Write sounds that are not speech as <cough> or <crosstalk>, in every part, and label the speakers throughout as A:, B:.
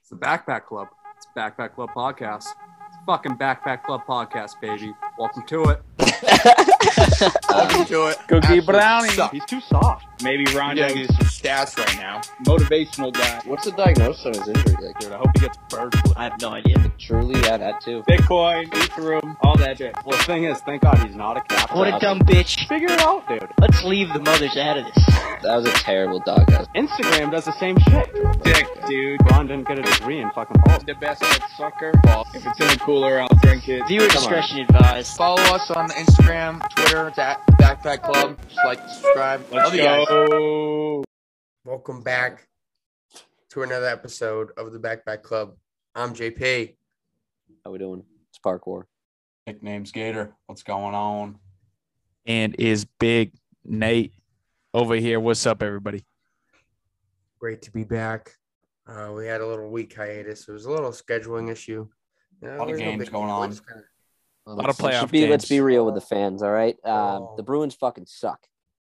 A: It's the Backpack Club. It's Backpack Club Podcast. It's fucking Backpack Club Podcast, baby. Welcome to it.
B: Welcome to it.
C: Cookie
B: Absolute
C: Brownie.
B: suck.
C: He's too soft.
D: Maybe Ron
B: Yeah,
D: Jones
B: he's
D: is
B: some stats right now.
D: motivational guy.
E: What's the diagnosis on his injury? Like,
C: Dude, I hope he gets bird flu.
D: I have no idea.
E: truly, yeah, that too.
D: Bitcoin, Ethereum, all that shit.
C: Well, the thing is, thank God he's not a cat.
F: What a dumb bitch.
C: Figure it out, dude.
F: Let's leave the mothers out of this.
E: That was a terrible doghouse.
C: Instagram does the same shit.
D: Dick, dude.
C: Ron didn't get a degree in fucking politics.
B: The best at soccer.
D: If it's in the cooler, I'll drink it.
F: Viewer
E: Come on.
F: discretion advised.
B: Follow us on Instagram, Twitter, it's at Backpack Club. Just like, subscribe.
D: Let's
B: Love you guys.
D: go.
G: Welcome back to another episode of the Backpack Club. I'm JP.
E: How we doing? It's parkour.
C: Nickname's Gator. What's going on?
H: and is Big Nate over here. What's up, everybody?
G: Great to be back. Uh, we had a little week hiatus. It was a little scheduling issue. You know,
C: Lot of
G: there's no
C: games
G: big
C: going
G: deal.
C: on.
G: It's kinda-
H: lot of
E: Let's- let's
H: playoff
E: be, Let's
H: games.
E: be real with the fans, all right? Um,
G: Oh.
E: The Bruins fucking suck.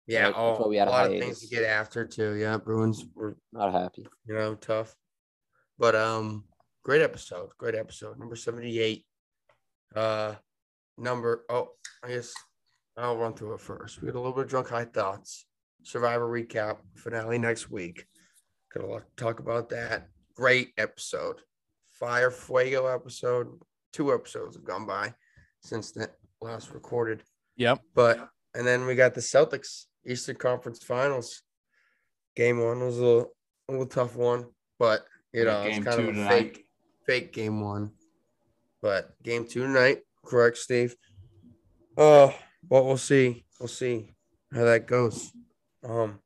G: Yeah,
E: Right, that's why
G: oh,
E: we
G: a
E: had a
G: lot of
E: hiatus.
G: things to get after too. Yeah, Bruins were
E: Not happy.
G: you know tough, but um, great episode. Great episode. Number seventy-eight. Uh, number oh, I guess I'll run through it first. We had a little bit of drunk high thoughts. Survivor recap finale next week. Got a lot to talk about that. Great episode. Fire Fuego episode. Two episodes have gone by since that last recorded.
H: Yep.
G: But and then we got the Celtics Eastern Conference Finals. Game one was a little, a little tough one, but you know it's
C: Game
G: kind
C: two
G: of a
C: tonight.
G: fake, fake game one. But game two tonight, correct, Steve? Oh, but we'll see. We'll see how that goes. Um,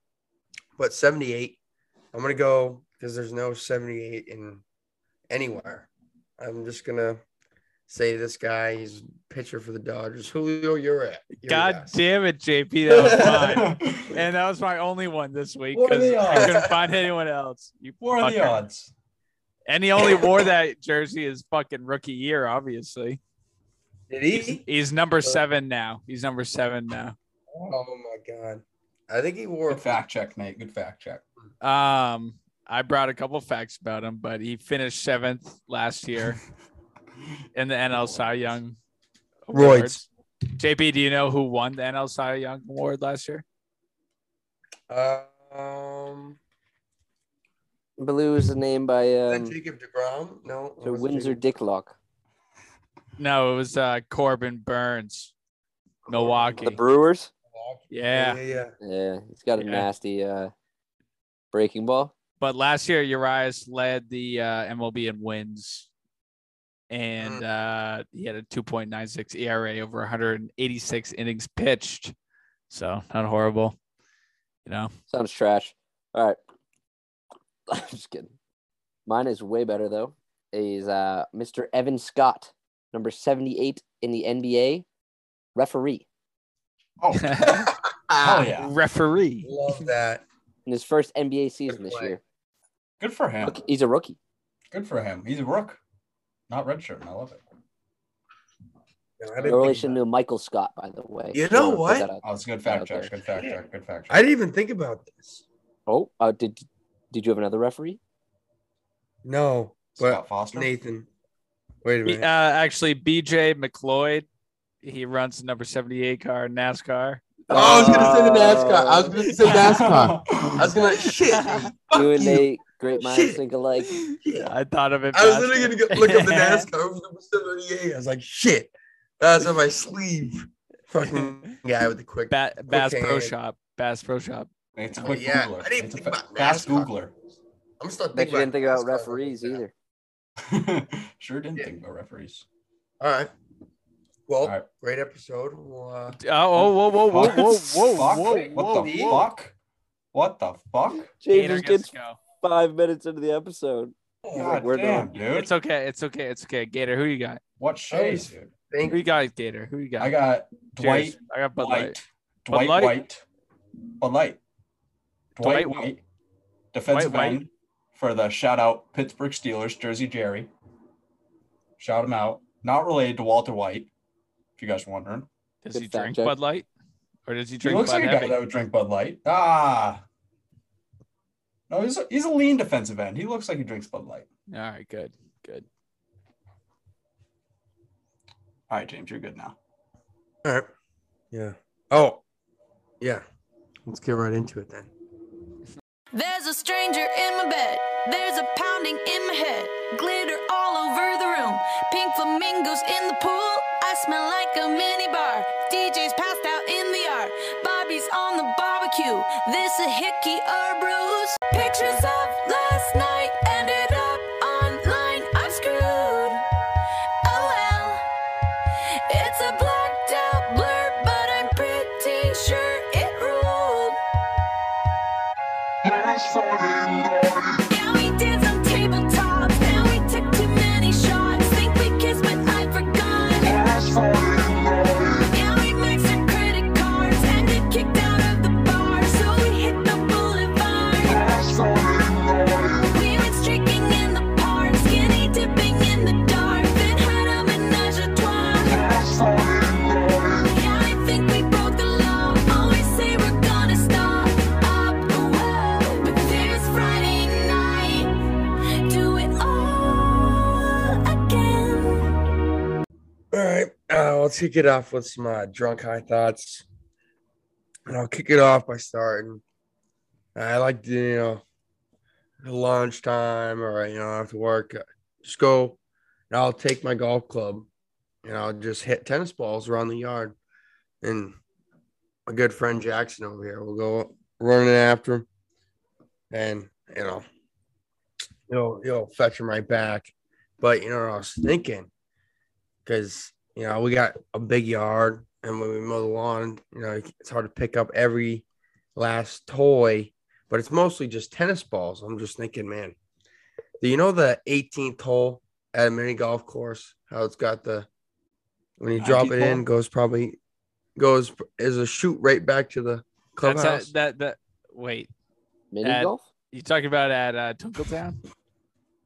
G: but seventy-eight. I'm gonna go because there's no seventy-eight in anywhere. I'm just gonna say this guy. He's pitcher for the Dodgers. Julio, you're at.
H: God damn it, JP. That
C: <laughs>
H: was mine. and that was my only one this week
C: What are
H: because
C: the
H: I
C: odds?
H: couldn't find anyone else. You
C: What are the
H: fucker.
C: odds?
H: And he only wore that jersey his fucking rookie year, obviously.
G: Did he?
H: He's
C: Uh,
H: number seven now. He's number seven now.
G: Oh my god. I think he wore
C: Good fact check, Nate. Good fact check.
H: Um, I brought a couple facts about him, but he finished seventh last year in the NL Cy Young.
G: Roids.
H: Awards. JP, do you know who won the NL Cy Young Award last year?
G: Um,
E: Blue is the name by
G: is
E: um,
G: that Jacob Degrom? No.
E: Sir
G: was it
E: Windsor
G: Jacob-
E: Dicklock.
H: No, it was uh, Corbin Burns, Milwaukee.
E: The Brewers.
H: Yeah,
G: yeah, yeah.
E: Yeah, he's got a
H: Yeah.
E: nasty uh, breaking ball.
H: but last year Urias led the uh, MLB in wins, and uh, he had a 2.96 ERA E over 186 innings pitched, so not horrible. You know, <laughs>
E: Sounds trash. All right. <laughs> I'm just kidding. Mine is way better though. Is uh Mr. Evan Scott, number 78 in the NBA, referee.
G: <laughs>
C: Oh,
G: Ah.
C: hell yeah.
H: referee.
G: Love that.
E: In his first NBA season this
G: play.
E: year.
C: Good for him.
E: Look, he's a rookie.
C: Good for him. He's a rook, not redshirt. and I love it.
G: No, I,
E: No
G: didn't think
E: relation to Michael Scott, by the way.
G: You
E: Just wanna
G: know
E: put
G: what?
E: that out.
C: Oh, it's a good fact
E: Okay.
C: check. Good fact check. Good fact check.
G: I didn't even think about this.
E: Oh, uh, did did you have another referee?
G: No,
C: Scott
G: but
C: Foster. <laughs>
G: Nathan. Wait a
H: He-
G: minute.
H: Uh, actually, BJ McLeod, he runs the number 78 car in NASCAR.
G: oh, I was gonna say the NASCAR. I was gonna say NASCAR. <laughs> I was gonna shit. Nate. Fuck
E: you and
G: you.
E: Nate, great minds
G: Shit.
E: think alike.
G: Yeah.
H: I thought of it.
G: I was
H: faster.
G: literally gonna go look
E: <laughs>
H: <laughs>
G: up the NASCAR over the facility. I was like, shit. That's on my sleeve. Fucking guy with the quick.
H: Ba- Bass Pro
G: hand.
H: Shop. Bass Pro Shop.
C: Nate's a
G: Oh,
C: quick
G: yeah.
C: Googler.
G: I didn't
C: Nate's a
G: think
C: fa-
G: about
C: fast
G: NASCAR.
C: Googler.
G: I'm still
E: Bet
G: thinking.
E: you didn't think
G: NASCAR
E: about
G: like
E: referees
G: that.
E: either.
C: <laughs> sure didn't
G: Yeah.
C: think about referees.
G: All right. Well,
C: All right.
G: great episode. We'll, uh,
H: Oh, oh, whoa, whoa, whoa, whoa, whoa,
C: Fuck.
H: whoa, whoa,
C: What the
H: whoa.
C: fuck? What the fuck?
E: James
H: Gator
E: just
H: gets
E: gets
H: to go.
E: five minutes into the episode.
C: God
E: we're
C: damn, dude.
H: It's okay. It's okay. It's okay. Gator, who you got?
C: What shade,
G: Oh,
C: dude?
G: thank
H: Who you got, Gator? Who you got?
C: I got Dwight
H: Cheers. I got Bud Light.
C: White. Dwight
H: Light.
C: White. Bud Light. Dwight
H: Dwight White.
C: White. Defensive
H: Dwight White.
C: end for the shout out Pittsburgh Steelers, Jersey Jerry. Shout him out. Not related to Walter White, if you guys are wondering.
H: Does
E: Good
H: he
E: fact
H: drink
E: check.
H: Bud Light? Or does he
C: He
H: drink
C: looks
H: Bud
C: like a guy
H: Heavy?
C: that would drink Bud Light. Ah. No, he's a, he's a lean defensive end. He looks like he drinks Bud Light.
H: All right, good, good.
C: All right, James, you're good now.
G: All right. Yeah. Oh, yeah. Let's get right into it then.
I: There's a stranger in my bed. There's a pounding in my head. Glitter all over the room. Pink flamingos in the pool. I smell like a mini bar. DJ's passed out in the yard. Bobby's on the barbecue. This a hickey or bruise. Pictures of last night ended up online. I'm screwed. Oh well. It's a blacked out blur, but I'm pretty sure it ruled. Now we dance on tabletops. Now we took too many shots. Think we kissed, but I forgot. Now we maxed our credit cards and get kicked out of the bar, so we hit the boulevard. We went streaking in the park, skinny dipping in the dark, then had a menage a trois. Now I think we broke the law. Always say we're gonna stop. Up, whoa, but there's Friday night. Do it all again.
G: All right. Uh, let's kick it off with some uh, drunk high thoughts. And I'll kick it off by starting. uh, I like to, you know, lunchtime or, you know, after work, uh, just go and I'll take my golf club and I'll just hit tennis balls around the yard. And my good friend Jackson over here will go running after him and, you know, he'll, he'll fetch him right back. But, you know, I was thinking, because you know we got a big yard, and when we mow the lawn, you know it's hard to pick up every last toy, but it's mostly just tennis balls. I'm just thinking, man, do you know the 18th hole at a mini golf course? How it's got the when you drop it
C: 19th hole?
G: in goes probably goes is a shoot right back to the
H: That's
G: clubhouse.
H: a, that that. Wait,
E: Mini
H: Dad.
E: golf?
H: you talking about at uh, Twinkletown?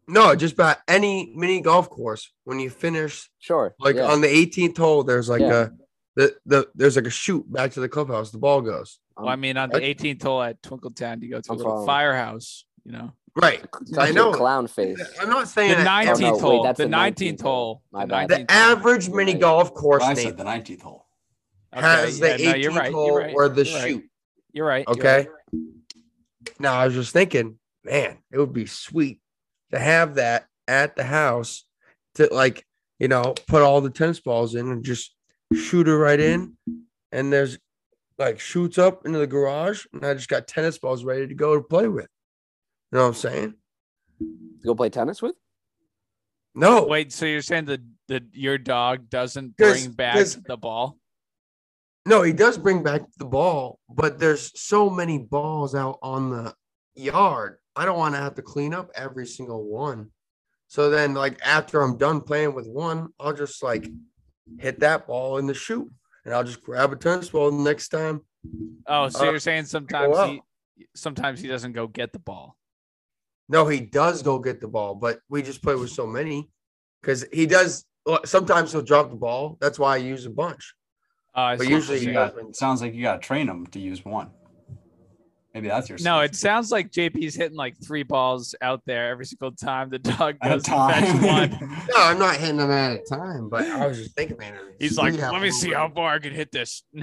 G: no, just about any mini golf course. When you finish
E: Sure.
G: like
E: yeah.
G: on the 18th hole, there's like
E: Yeah.
G: a the, the there's like a shoot back to the clubhouse. The ball goes
H: Well, I mean, on the 18th hole at Twinkletown, you go to a
E: I'm
H: little
E: following.
H: firehouse. You know,
G: right. I
E: Touch
G: know.
E: your clown face.
G: I'm not
H: the
G: saying that every-
H: 19th
E: Oh, no, wait,
H: hole.
E: that's
H: the
E: the
H: 19th
E: 19th hole.
H: hole.
E: My
H: the
E: bad.
G: the
H: 19th hole.
G: average mini golf course
C: I
G: Nate,
C: said the 19th hole.
H: Okay,
G: has the
H: yeah, no,
G: 18th
H: you're right,
G: hole
H: you're right,
G: or the
H: you're right,
G: shoot.
H: You're right. you're
G: Okay.
H: right.
G: Now I was just thinking, man, it would be sweet to have that at the house to like, you know, put all the tennis balls in and just shoot it right in. And there's like shoots up into the garage, and I just got tennis balls ready to go to play with. You know what I'm saying?
E: Go play tennis with?
G: No.
H: Wait, so you're saying that the your dog doesn't
G: 'Cause-
H: bring back
G: 'cause-
H: the ball?
G: No, he does bring back the ball, but there's so many balls out on the yard. I don't want to have to clean up every single one. So then, like after I'm done playing with one, I'll just like hit that ball in the chute, and I'll just grab a tennis ball the next time.
H: Oh, so
G: Uh,
H: you're saying sometimes
G: out.
H: he sometimes he doesn't go get the ball.
G: No, he does go get the ball, but we just play with so many because he does. well, Sometimes he'll drop the ball. That's why I use a bunch.
H: Oh, I
G: But
H: see what
G: usually
H: you're
G: you
H: saying.
G: got-
C: It sounds like you got to train them to use one. Maybe that's your
H: no,
C: solution.
H: it sounds like JP's hitting like three balls out there every single time the dog
C: At a
H: goes to fetch one.
C: <laughs>
G: No, I'm not hitting them at a time, but I was just thinking, man. it'd be
H: He's
G: <laughs>
H: like,
G: sweet
H: let me see
G: moving.
H: how far I can hit this. <laughs>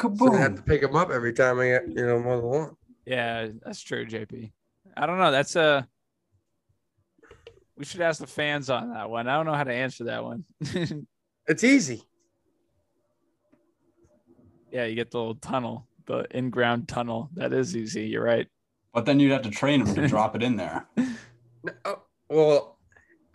G: So I have
C: Kaboom.
G: to pick them up every time I get, you know, mow the lawn.
H: yeah, that's true, JP. I don't know. That's a we should ask the fans on that one. I don't know how to answer that one. <laughs>
G: It's easy.
H: yeah, you get the little tunnel, the in-ground tunnel. That is easy. You're right.
C: But then you'd have to
E: <laughs>
C: train them to drop it in there.
G: N- oh, Well,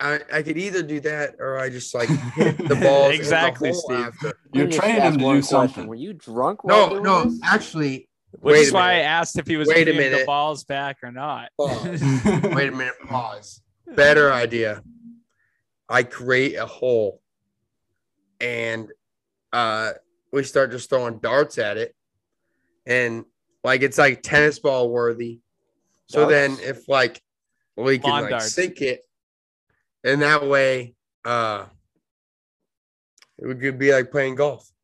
G: I, I could either do that or I just like hit
H: <laughs>
G: the balls
H: Exactly,
G: in the hole
H: Steve.
G: after.
E: Let
C: You're
E: me just
C: training
E: ask
C: them to
E: one
C: do
E: question.
C: something.
E: Were you drunk? while
G: No,
E: doing
G: no,
E: this?
G: actually,
H: Which
G: Wait
H: is
G: a
H: why I
G: minute.
H: asked if he was
G: Wait a
H: bringing the
G: minute. Oh,
H: balls back or not. <laughs>
G: pause. Wait a minute, pause. Better idea. I create a hole, and uh, we start just throwing darts at it, and like it's like tennis ball worthy. So then,
E: Darts?
G: if like we can
H: Lawn
G: like
H: darts.
G: sink it, and that way, uh, it would could be like playing golf.
C: <laughs>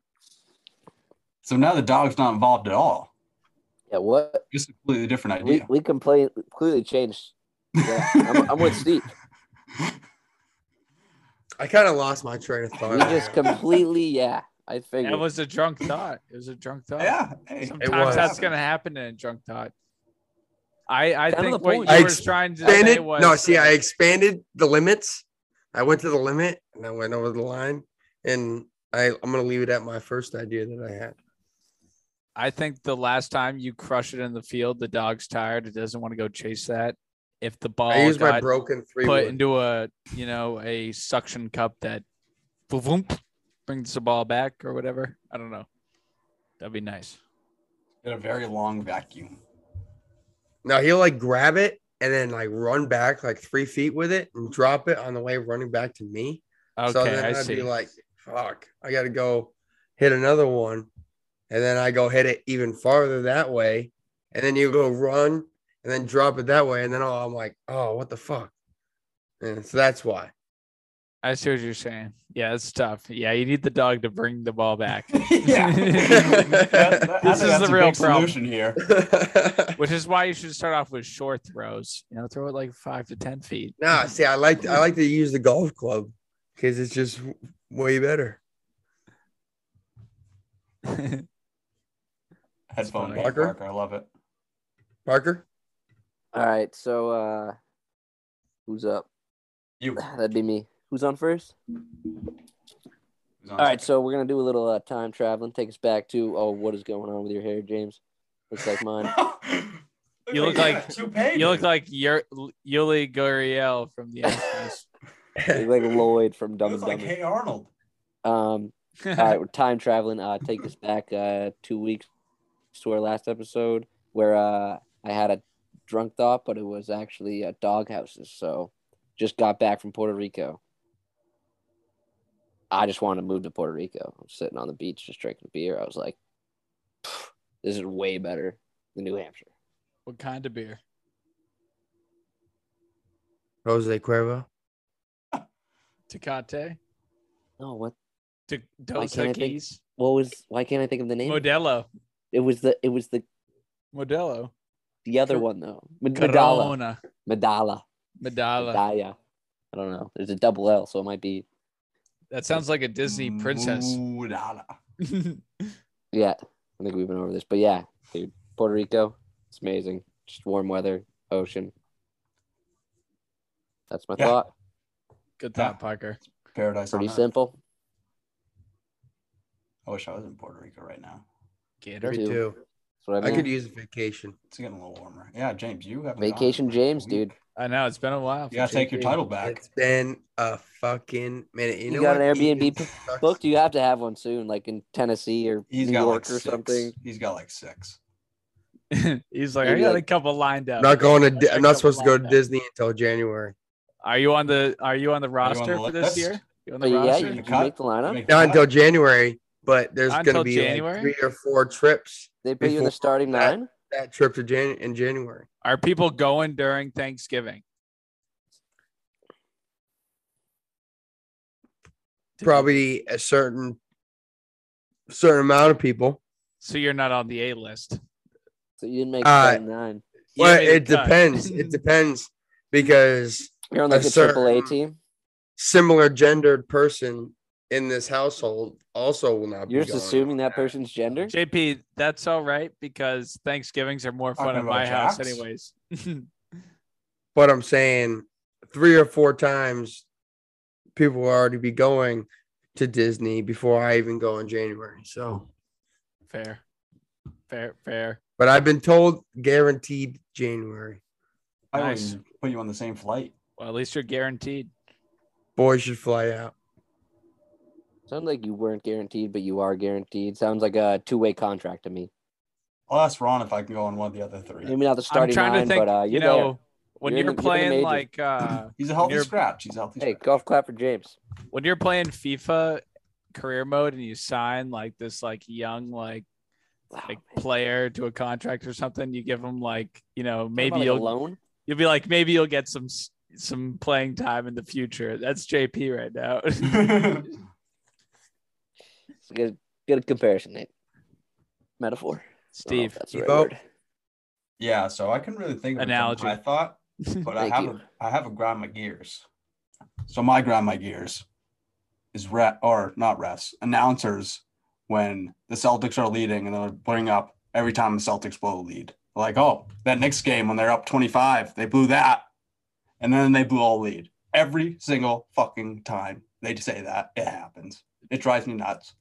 C: So now the dog's not involved at all.
E: Yeah, what?
C: Just a completely different
E: We,
C: idea.
E: we completely, completely changed Yeah, I'm, I'm with
C: <laughs>
E: Steve.
G: I kind of lost my train of thought.
E: We just completely, yeah. I figured.
H: That was a drunk thought. It was a drunk thought.
C: Yeah. Hey.
H: Sometimes
G: was.
H: that's gonna happen in a drunk thought. I I
E: Kind of
H: think
E: the
H: what
E: point.
H: you
G: I
H: were trying to say
G: expanded.
H: was
G: no, see, I expanded the limits. I went to the limit and I went over the line, and I I'm gonna leave it at my first idea that I had.
H: I think the last time you crush it in the field, the dog's tired. It doesn't want to go chase that. If the ball
G: I used my
H: got
G: broken three.
H: Oh, put
G: wood.
H: into a you know a suction cup that boom, boom, brings the ball back or whatever, I don't know. That'd be nice.
C: In a very long
E: <laughs>
C: vacuum.
G: No, he'll like grab it and then like run back like three feet with it and drop it on the way running back to me.
H: Okay,
G: so then
H: I
G: would
H: see.
G: be like, fuck, I gotta go hit another one. And then I go hit it even farther that way. And then you go run and then drop it that way. And then oh, I'm like, oh, what the fuck? And so that's why.
H: I see what you're saying. Yeah, it's tough. Yeah, you need the dog to bring the ball back.
C: yeah.
H: This is the real problem.
C: solution here.
H: <laughs> which is why you should start off with short throws. You know, throw it like five to ten feet.
G: <laughs>
H: <laughs>
G: nah, see, I like I like to use the golf club because it's just w- way better.
C: Headphone
H: funny.
C: Parker. I love it.
G: Parker?
E: All right, so uh who's up?
C: You.
E: <sighs> That'd be me. Who's on first? All right, so we're gonna do a little uh, time traveling. Take us back to oh, what is going on with your hair, James? Looks like
C: <laughs>
E: mine.
H: You look like- you look like Yur- Yuli Gurriel
G: <laughs>
H: from the Office.
E: It's like Lloyd from
C: You
E: Dumb
C: look
E: and
C: like
E: Dumber.
C: Hey Arnold.
E: Um, all right, we're time traveling. Uh, take us back uh two weeks to our last episode where uh I had a drunk thought, but it was actually uh, dog houses. So just got back from Puerto Rico. I just wanted to move to Puerto Rico. I'm sitting on the beach just drinking beer. I was like, "Pff, this is way better than New Hampshire.
H: <laughs> what kind of beer?
G: Jose Cuervo.
H: Tecate,
E: No, what?
H: Te-
E: Why
H: Dos
E: can't I think-
H: Equis,
E: What was? Why can't I think of the name?
H: Modelo,
E: It was the. It was the
H: Modelo,
E: the other
H: Cor-
E: one though. Med- Medalla.
H: Corona,
E: Medalla.
H: Medalla.
E: Medalla. I don't know. There's a double L, so it might be.
H: That sounds like a Disney
C: Mm.
H: princess.
C: Moodala.
E: Yeah, I think we've been over this, but yeah, dude, Puerto Rico, it's amazing. Just warm weather, ocean. That's my
C: Yeah. Uh-huh.
E: thought.
H: <laughs> Good thought, Parker.
C: Paradise. on
E: Pretty
C: Earth.
E: simple.
C: I wish I was in Puerto Rico right now.
H: Gator.
G: Me
E: Two.
G: too.
E: That's what I
G: I
E: mean.
G: could use a vacation.
C: It's getting a little warmer. Yeah, James, you have
E: Vacation James, dude.
H: I know it's been a while.
C: You gotta take your title back.
G: It's been a fucking minute. You,
E: You
G: know
E: got
G: what
E: an Airbnb
G: even
E: p-
G: sucks?
E: Booked. You have to have one soon, like in Tennessee or
C: He's
E: New
C: got
E: York
C: like
E: or
C: six.
E: something.
C: He's got like six.
H: <laughs> He's like, I
E: Maybe
H: got a
E: like-
H: couple lined
G: I'm
H: up.
G: not going to. Di- I'm not
H: Couple
G: supposed to go to
H: lined up.
G: Disney until January.
H: Are you on the Are you on the
C: on
H: roster
C: the
H: for this
C: list?
H: year? You on the
E: But Uh, yeah,
H: roster?
E: you,
C: The
E: you
C: cut?
E: make the lineup.
C: Make the
G: Not
C: cut?
G: until January, but there's
H: Not
G: going to
H: until
G: be like,
H: January?
G: three or four trips.
E: They put you in
G: Before
E: the starting
G: that-
E: nine.
G: That trip to Jan in January.
H: Are people going during Thanksgiving?
G: Probably a certain certain amount of people.
H: So you're not on the A list.
E: So you didn't make
G: Uh,
E: starting nine.
H: You
G: Well,
H: made
G: it
H: the cut.
G: depends. it depends because
E: You're on
G: a
E: like a triple A
G: certain-
E: team.
G: similar gendered person in this household also will not.
E: You're
G: be
E: just
G: going.
E: assuming that person's gender.
H: JP, that's all right because Thanksgivings are more fun
C: Talking
H: at my
C: about
H: house,
C: jocks?
H: anyways. <laughs>
G: But I'm saying three or four times people will already be going to Disney before I even go in January. So,
H: fair, fair, fair.
G: but I've been told guaranteed January.
C: I would
H: Nice.
C: put you on the same flight.
H: Well, at least you're guaranteed.
G: Boys should fly out.
E: Sounds like you weren't guaranteed, but you are guaranteed. Sounds like a two-way contract to me.
C: I'll ask Ron if I can go on one of the other three.
E: Maybe not the
H: I'm
E: starting
H: trying
E: nine,
H: to think.
E: but uh, you're
H: you
E: there.
H: know, when
E: You're
H: you're,
E: in the- you're in the
H: playing
E: major.
H: like uh,
C: He's a healthy
H: You're-
C: scratch. He's a healthy.
E: Hey,
C: scratch.
E: golf clap for James.
H: when you're playing FIFA career mode and you sign like this like young like
E: Wow,
H: like
E: Oh, man.
H: player to a contract or something, you give them like you know
E: Talk about,
H: maybe
E: like,
H: you'll
E: alone.
H: you'll be like maybe you'll get some s- some playing time in the future. That's JP right now. <laughs>
E: Oh,
C: <laughs>
E: It's a good, good comparison, Nate. Metaphor. I don't know if
H: Steve,
E: that's the right
G: Evo.
E: word.
C: yeah, so I couldn't really think of a time
H: Analogy.
C: I thought <laughs> but I
E: Thank
C: have
E: you.
C: a, I have a grind my gears. So my grind my gears is ref or not refs announcers when the Celtics are leading and they're putting up every time the Celtics blow the lead. Like, oh, that Knicks game when they're up 25, they blew that, and then they blew all lead every single fucking time they say that it happens. It drives me nuts.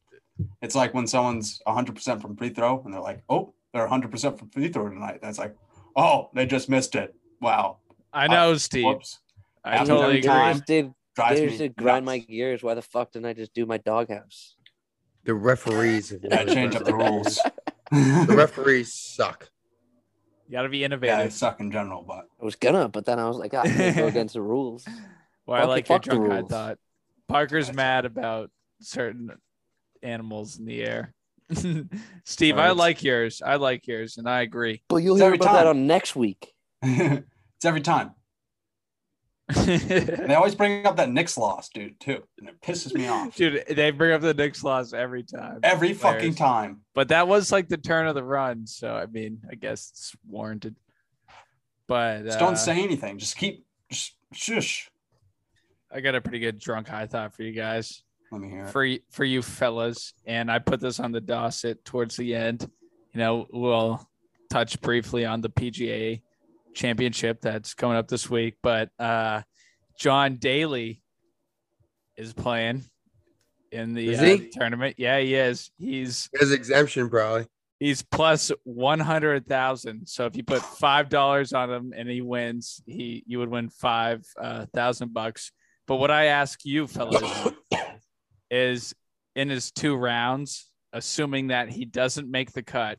C: It's like when someone's 100% from free throw and they're like, oh, they're 100% from free throw tonight. That's like, oh, they just missed it. Wow.
H: I
E: Uh,
H: know, Steve.
C: Whoops.
H: I
C: I'm
H: totally
C: done
H: agree.
E: I
C: time.
E: just did,
C: Drives
E: I
C: me
E: just did grind my
C: nuts.
E: gears. Why the fuck didn't I just do my doghouse?
G: The referees. have
C: Yeah,
G: really
C: change up the
E: <laughs>
G: messed
C: rules. <laughs>
G: The
C: yeah,
G: referees suck.
H: You got to be
C: they
H: innovative.
C: suck in general, but <laughs>
E: I was gonna, but then I was like, ah, I'm gonna <laughs> go against the rules.
H: Well, I
E: Fuck-
H: like your
E: fuck the
H: drunk high
E: rules.
H: thought. Parker's mad about certain animals in the air. <laughs> Steve, I
C: Birds.
H: like yours. I like yours, and I agree.
E: But you'll
C: It's
E: hear
C: every
E: about that
C: time.
E: on next week.
C: it's every time. And they
H: Dude,
C: always bring up that Knicks loss, dude, too. And it pisses
H: <laughs>
C: me off.
H: they bring up the Knicks loss every time.
C: Every fucking
H: Hilarious.
C: time.
H: But that was like the turn of the run, so I mean, I guess it's warranted. But
C: Just
H: uh,
C: don't say anything. Just keep, just shush.
H: I got a pretty good drunk high thought for you guys.
C: Let me hear it.
H: for y- for you fellas, and I put this on the Dosset towards the end. You know, we'll touch briefly on the PGA Championship that's coming up this week, but uh, John Daly is playing in the
G: Is
H: uh,
G: he?
H: tournament. Yeah, he is. He's
G: His exemption, probably.
H: he's plus one hundred thousand. So if you put five dollars on him and he wins, he you would win five uh, thousand bucks. But what I ask you, fellas, <coughs> is in his two rounds, assuming that he doesn't make the cut,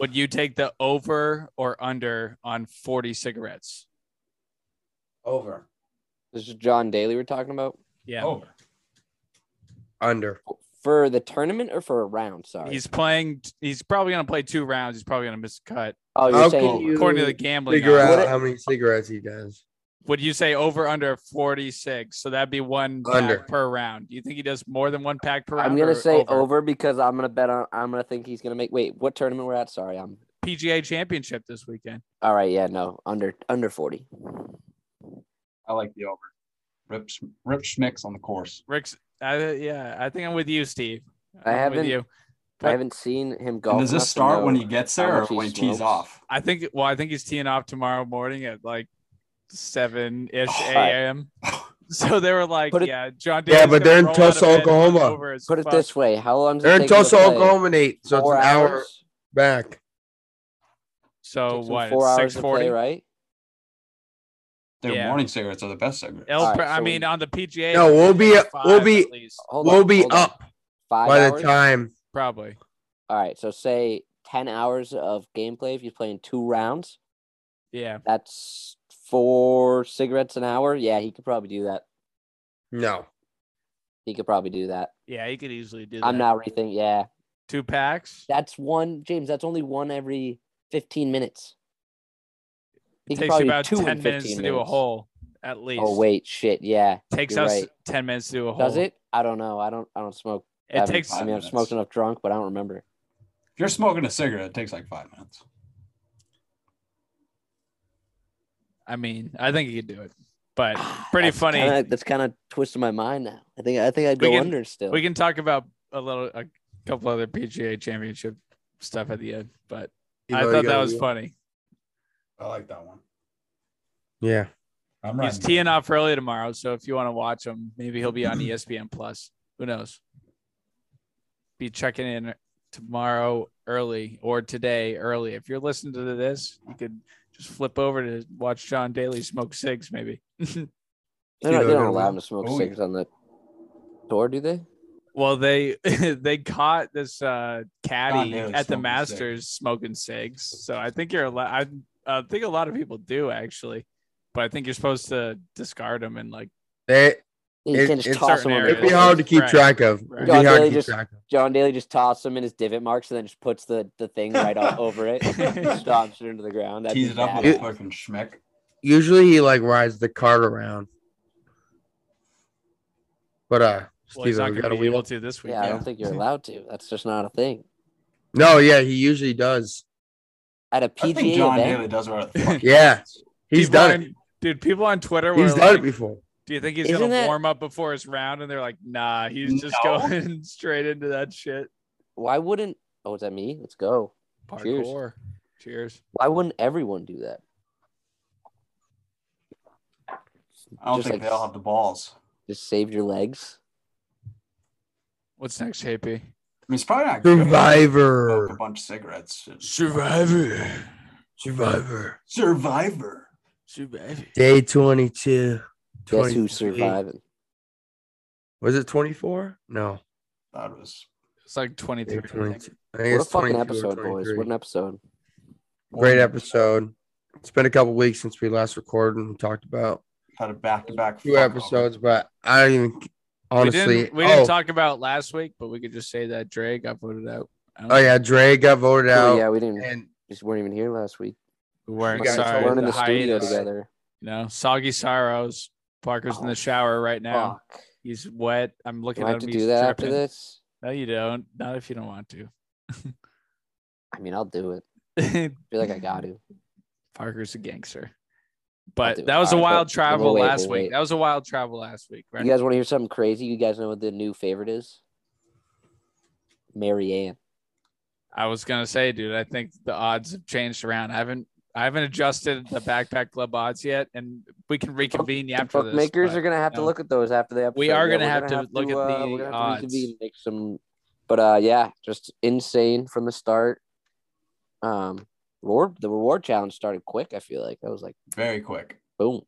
H: would you take the over or under on forty cigarettes?
C: Over.
E: This is John Daly we're talking about
H: Yeah,
C: Over.
G: Under.
E: for the tournament or for a round. Sorry.
H: he's playing. He's probably gonna play two rounds. He's probably gonna miss a cut.
E: oh, you're
G: How
E: saying
G: can you
H: According to the gambling,
G: Figure
H: odds,
G: out how many cigarettes he does.
H: would you say over under 46 so that'd be one
G: Under.
H: pack per round do you think he does more than one pack per round
E: I'm gonna
H: or
E: say over. because I'm gonna bet on. I'm gonna think he's gonna make. Wait, what tournament we're at? Sorry, I'm.
H: pga championship this weekend
E: All right, yeah, no, under under forty.
C: I like the over. Rip, Sch- Rip Schmicks on the course.
H: rick's I, yeah i think i'm with you steve
E: I
H: I'm with
E: haven't-
H: you
E: I
H: But-
E: haven't seen him golf.
C: And does
E: enough
C: this
E: to
C: start when
E: know.
C: he gets
E: how
C: there or
E: much he
C: when he tees
E: smokes.
C: off?
H: i think well i think he's teeing off tomorrow morning at like 7ish
C: All right.
H: a.m <laughs> so they were like
E: Oh, Put it-
H: yeah john
G: Yeah,
H: Daly's
G: but
H: gonna
G: they're in
H: roll out of
G: Tulsa,
H: bed and
G: Oklahoma.
H: look over as
E: Put it
H: fuck.
E: this way: How long does it
G: They're in
E: take him to
G: Tulsa,
E: play?
G: Oklahoma, Nate. So it's
E: Four
G: an hour
E: hours?
G: back.
H: so
E: Takes him
H: Oh, what
E: Four hours to play,
H: 640
E: right?
C: Their
H: Yeah.
C: morning cigarettes are the best cigarettes.
H: It'll
E: All
H: pr-
E: right,
H: i
E: so
H: mean
E: we-
H: on the pga
G: No, we'll be-
H: it'll five
G: we'll be-
H: at least,
E: Hold
G: We'll
E: on,
G: be
E: hold on.
G: up
E: Five
G: by
E: hours?
G: the time.
H: probably
E: All right, so say ten hours of gameplay. If you're playing two rounds,
H: yeah
E: that's four cigarettes an hour. Yeah, he could probably do that.
G: No.
E: He could probably do that.
H: yeah he could easily do that
E: I'm not rethinking. Yeah,
H: two packs
E: that's one, James. That's only one every 15 minutes. He
H: It
E: could
H: takes you
E: probably do
H: about
E: two in
H: 10 minutes
E: 15
H: to do a hole, at least.
E: Oh wait, shit. Yeah,
H: Takes
E: you're
H: us
E: right.
H: 10 minutes to do a hole.
E: does it? I don't know. I don't. I don't smoke. I
H: It
E: haven't-
H: takes,
E: I mean, I've
C: Oh. Five
E: smoked
C: minutes.
E: enough drunk, but I don't remember.
C: If you're smoking a cigarette, it takes like five minutes.
H: I mean, I think you could do it, but pretty funny.
E: Kinda, that's kind of twisted my mind now. I think. I think I'd
H: We
E: go
H: can-
E: under still.
H: we can talk about a little, a couple other PGA championship stuff at the end, but
G: You
H: I
G: know, you
H: thought that
G: gotta
H: was
G: be-
H: funny.
C: I like that one.
G: Yeah.
C: I'm
H: He's teeing off early tomorrow, so if you want to watch him, maybe he'll
C: <clears throat>
H: be on E ESPN Plus. Who knows? Be checking in tomorrow early or today early. If you're listening to this, you could just flip over to watch John Daly smoke cigs, maybe.
E: They're not- they
G: Yeah,
E: don't
G: yeah,
E: allow
G: yeah.
E: them to smoke
C: Oh, yeah.
E: cigarettes on the tour, do they?
H: well, they <laughs> they caught this uh,
C: John
H: caddy
C: Daly
H: at the
C: smoking
H: Masters smoking cigs, so I think you're. allo- I uh, think a lot of people do actually, but I think you're supposed to discard them and like.
G: They,
E: You
G: It-
E: can't just
G: it's
E: toss
H: certain
E: them. on the
G: it'd be
H: areas.
E: course.
G: hard to keep
H: Right.
G: track of. It'd
H: Right.
G: be
E: Yeah,
G: hard
E: they
G: to keep
E: just-
G: track of.
E: <laughs> John Daly just tosses them in his divot marks and then just puts the, the thing right
C: <laughs>
E: up over it, stomps it into the ground. That'd be
C: Tease it up
E: bad.
C: with a fucking schmick.
G: Usually he like rides the cart around. But uh
H: Well, he's
G: Steven, we
H: not going to
G: gotta
H: be
G: wheel-
H: able to this week.
E: Yeah, I don't think you're allowed to. That's just not a thing.
H: <laughs>
G: No, yeah, he usually does.
E: at a
C: I think
E: PGA
C: John
E: event.
C: Daly does whatever the fuck.
G: Yeah, he's
H: People
G: done it.
H: on- Dude, people on Twitter were
G: He's
H: like,
G: done it before.
H: "Do you think he's
E: Isn't
H: gonna
E: that-
H: warm up before his round?" And they're like, "Nah, he's just <laughs>
C: No.
H: going straight into that shit."
E: Why wouldn't? Oh, is that me? Let's go. Cheers.
H: Parkour. Cheers.
E: Why wouldn't everyone do that?
C: I don't
E: Just like-
C: think they all have the balls.
E: Just save your legs.
H: What's next, JP?
C: I mean, it's probably not good. Smoke A
G: Survivor.
C: bunch of cigarettes.
G: Survivor. Survivor.
C: Survivor.
G: Day 22.
E: Guess who
G: 23.
E: surviving?
G: Was it 24? No.
C: That was
H: It's like twenty
G: Day
H: three.
G: 22. I think
E: What a
G: it's
E: fucking
G: 22 or
E: episode, boys!
G: 23.
E: What an episode.
G: Great episode. It's been a couple weeks since we last recorded and talked about
C: had a back to back.
G: two episodes, but I don't even honestly.
H: we didn't, we didn't
G: oh,
H: talk about it last week, but we could just say that Dre got voted out. I don't
G: oh, yeah. Dre got voted
E: Oh
G: out.
E: yeah, we didn't.
G: And
E: We weren't even here last week.
H: We weren't.
G: We got told-
H: sorry.
E: We're in the,
H: the
E: studio
H: hiatus.
E: together.
H: You know, soggy sorrows. Parker's in
E: Oh,
H: the shower right now.
E: Fuck.
H: He's wet. I'm looking
E: Do I
H: at
E: have to
H: him.
E: do
H: He's
E: that after
H: dripping.
E: this?
H: No, you don't. Not if you don't want to.
E: I mean, I'll do it.
H: <laughs>
E: I feel like I got to.
H: Parker's a gangster.
E: do it.
H: But that was a
E: All right,
H: wild
E: but-
H: travel
E: wait, wait,
H: last
E: wait.
H: week. That was a wild travel last week, right?
E: You guys want to hear something crazy? You guys know what the new favorite is? Mary Ann.
H: I was gonna say, dude, I think the odds have changed around. I haven't I haven't adjusted the backpack club odds yet, and we can reconvene
E: The
H: after this.
E: bookmakers
H: but
E: are gonna have to
H: no.
E: look at those after the episode.
H: We are
E: Yeah,
H: gonna
E: we're
H: have to look at
E: uh,
H: the
E: we're gonna have
H: odds.
E: To reconvene, make some, but uh, yeah, just insane from the start. Um, reward the reward challenge started quick. I feel like that was like
C: Very quick.
E: boom.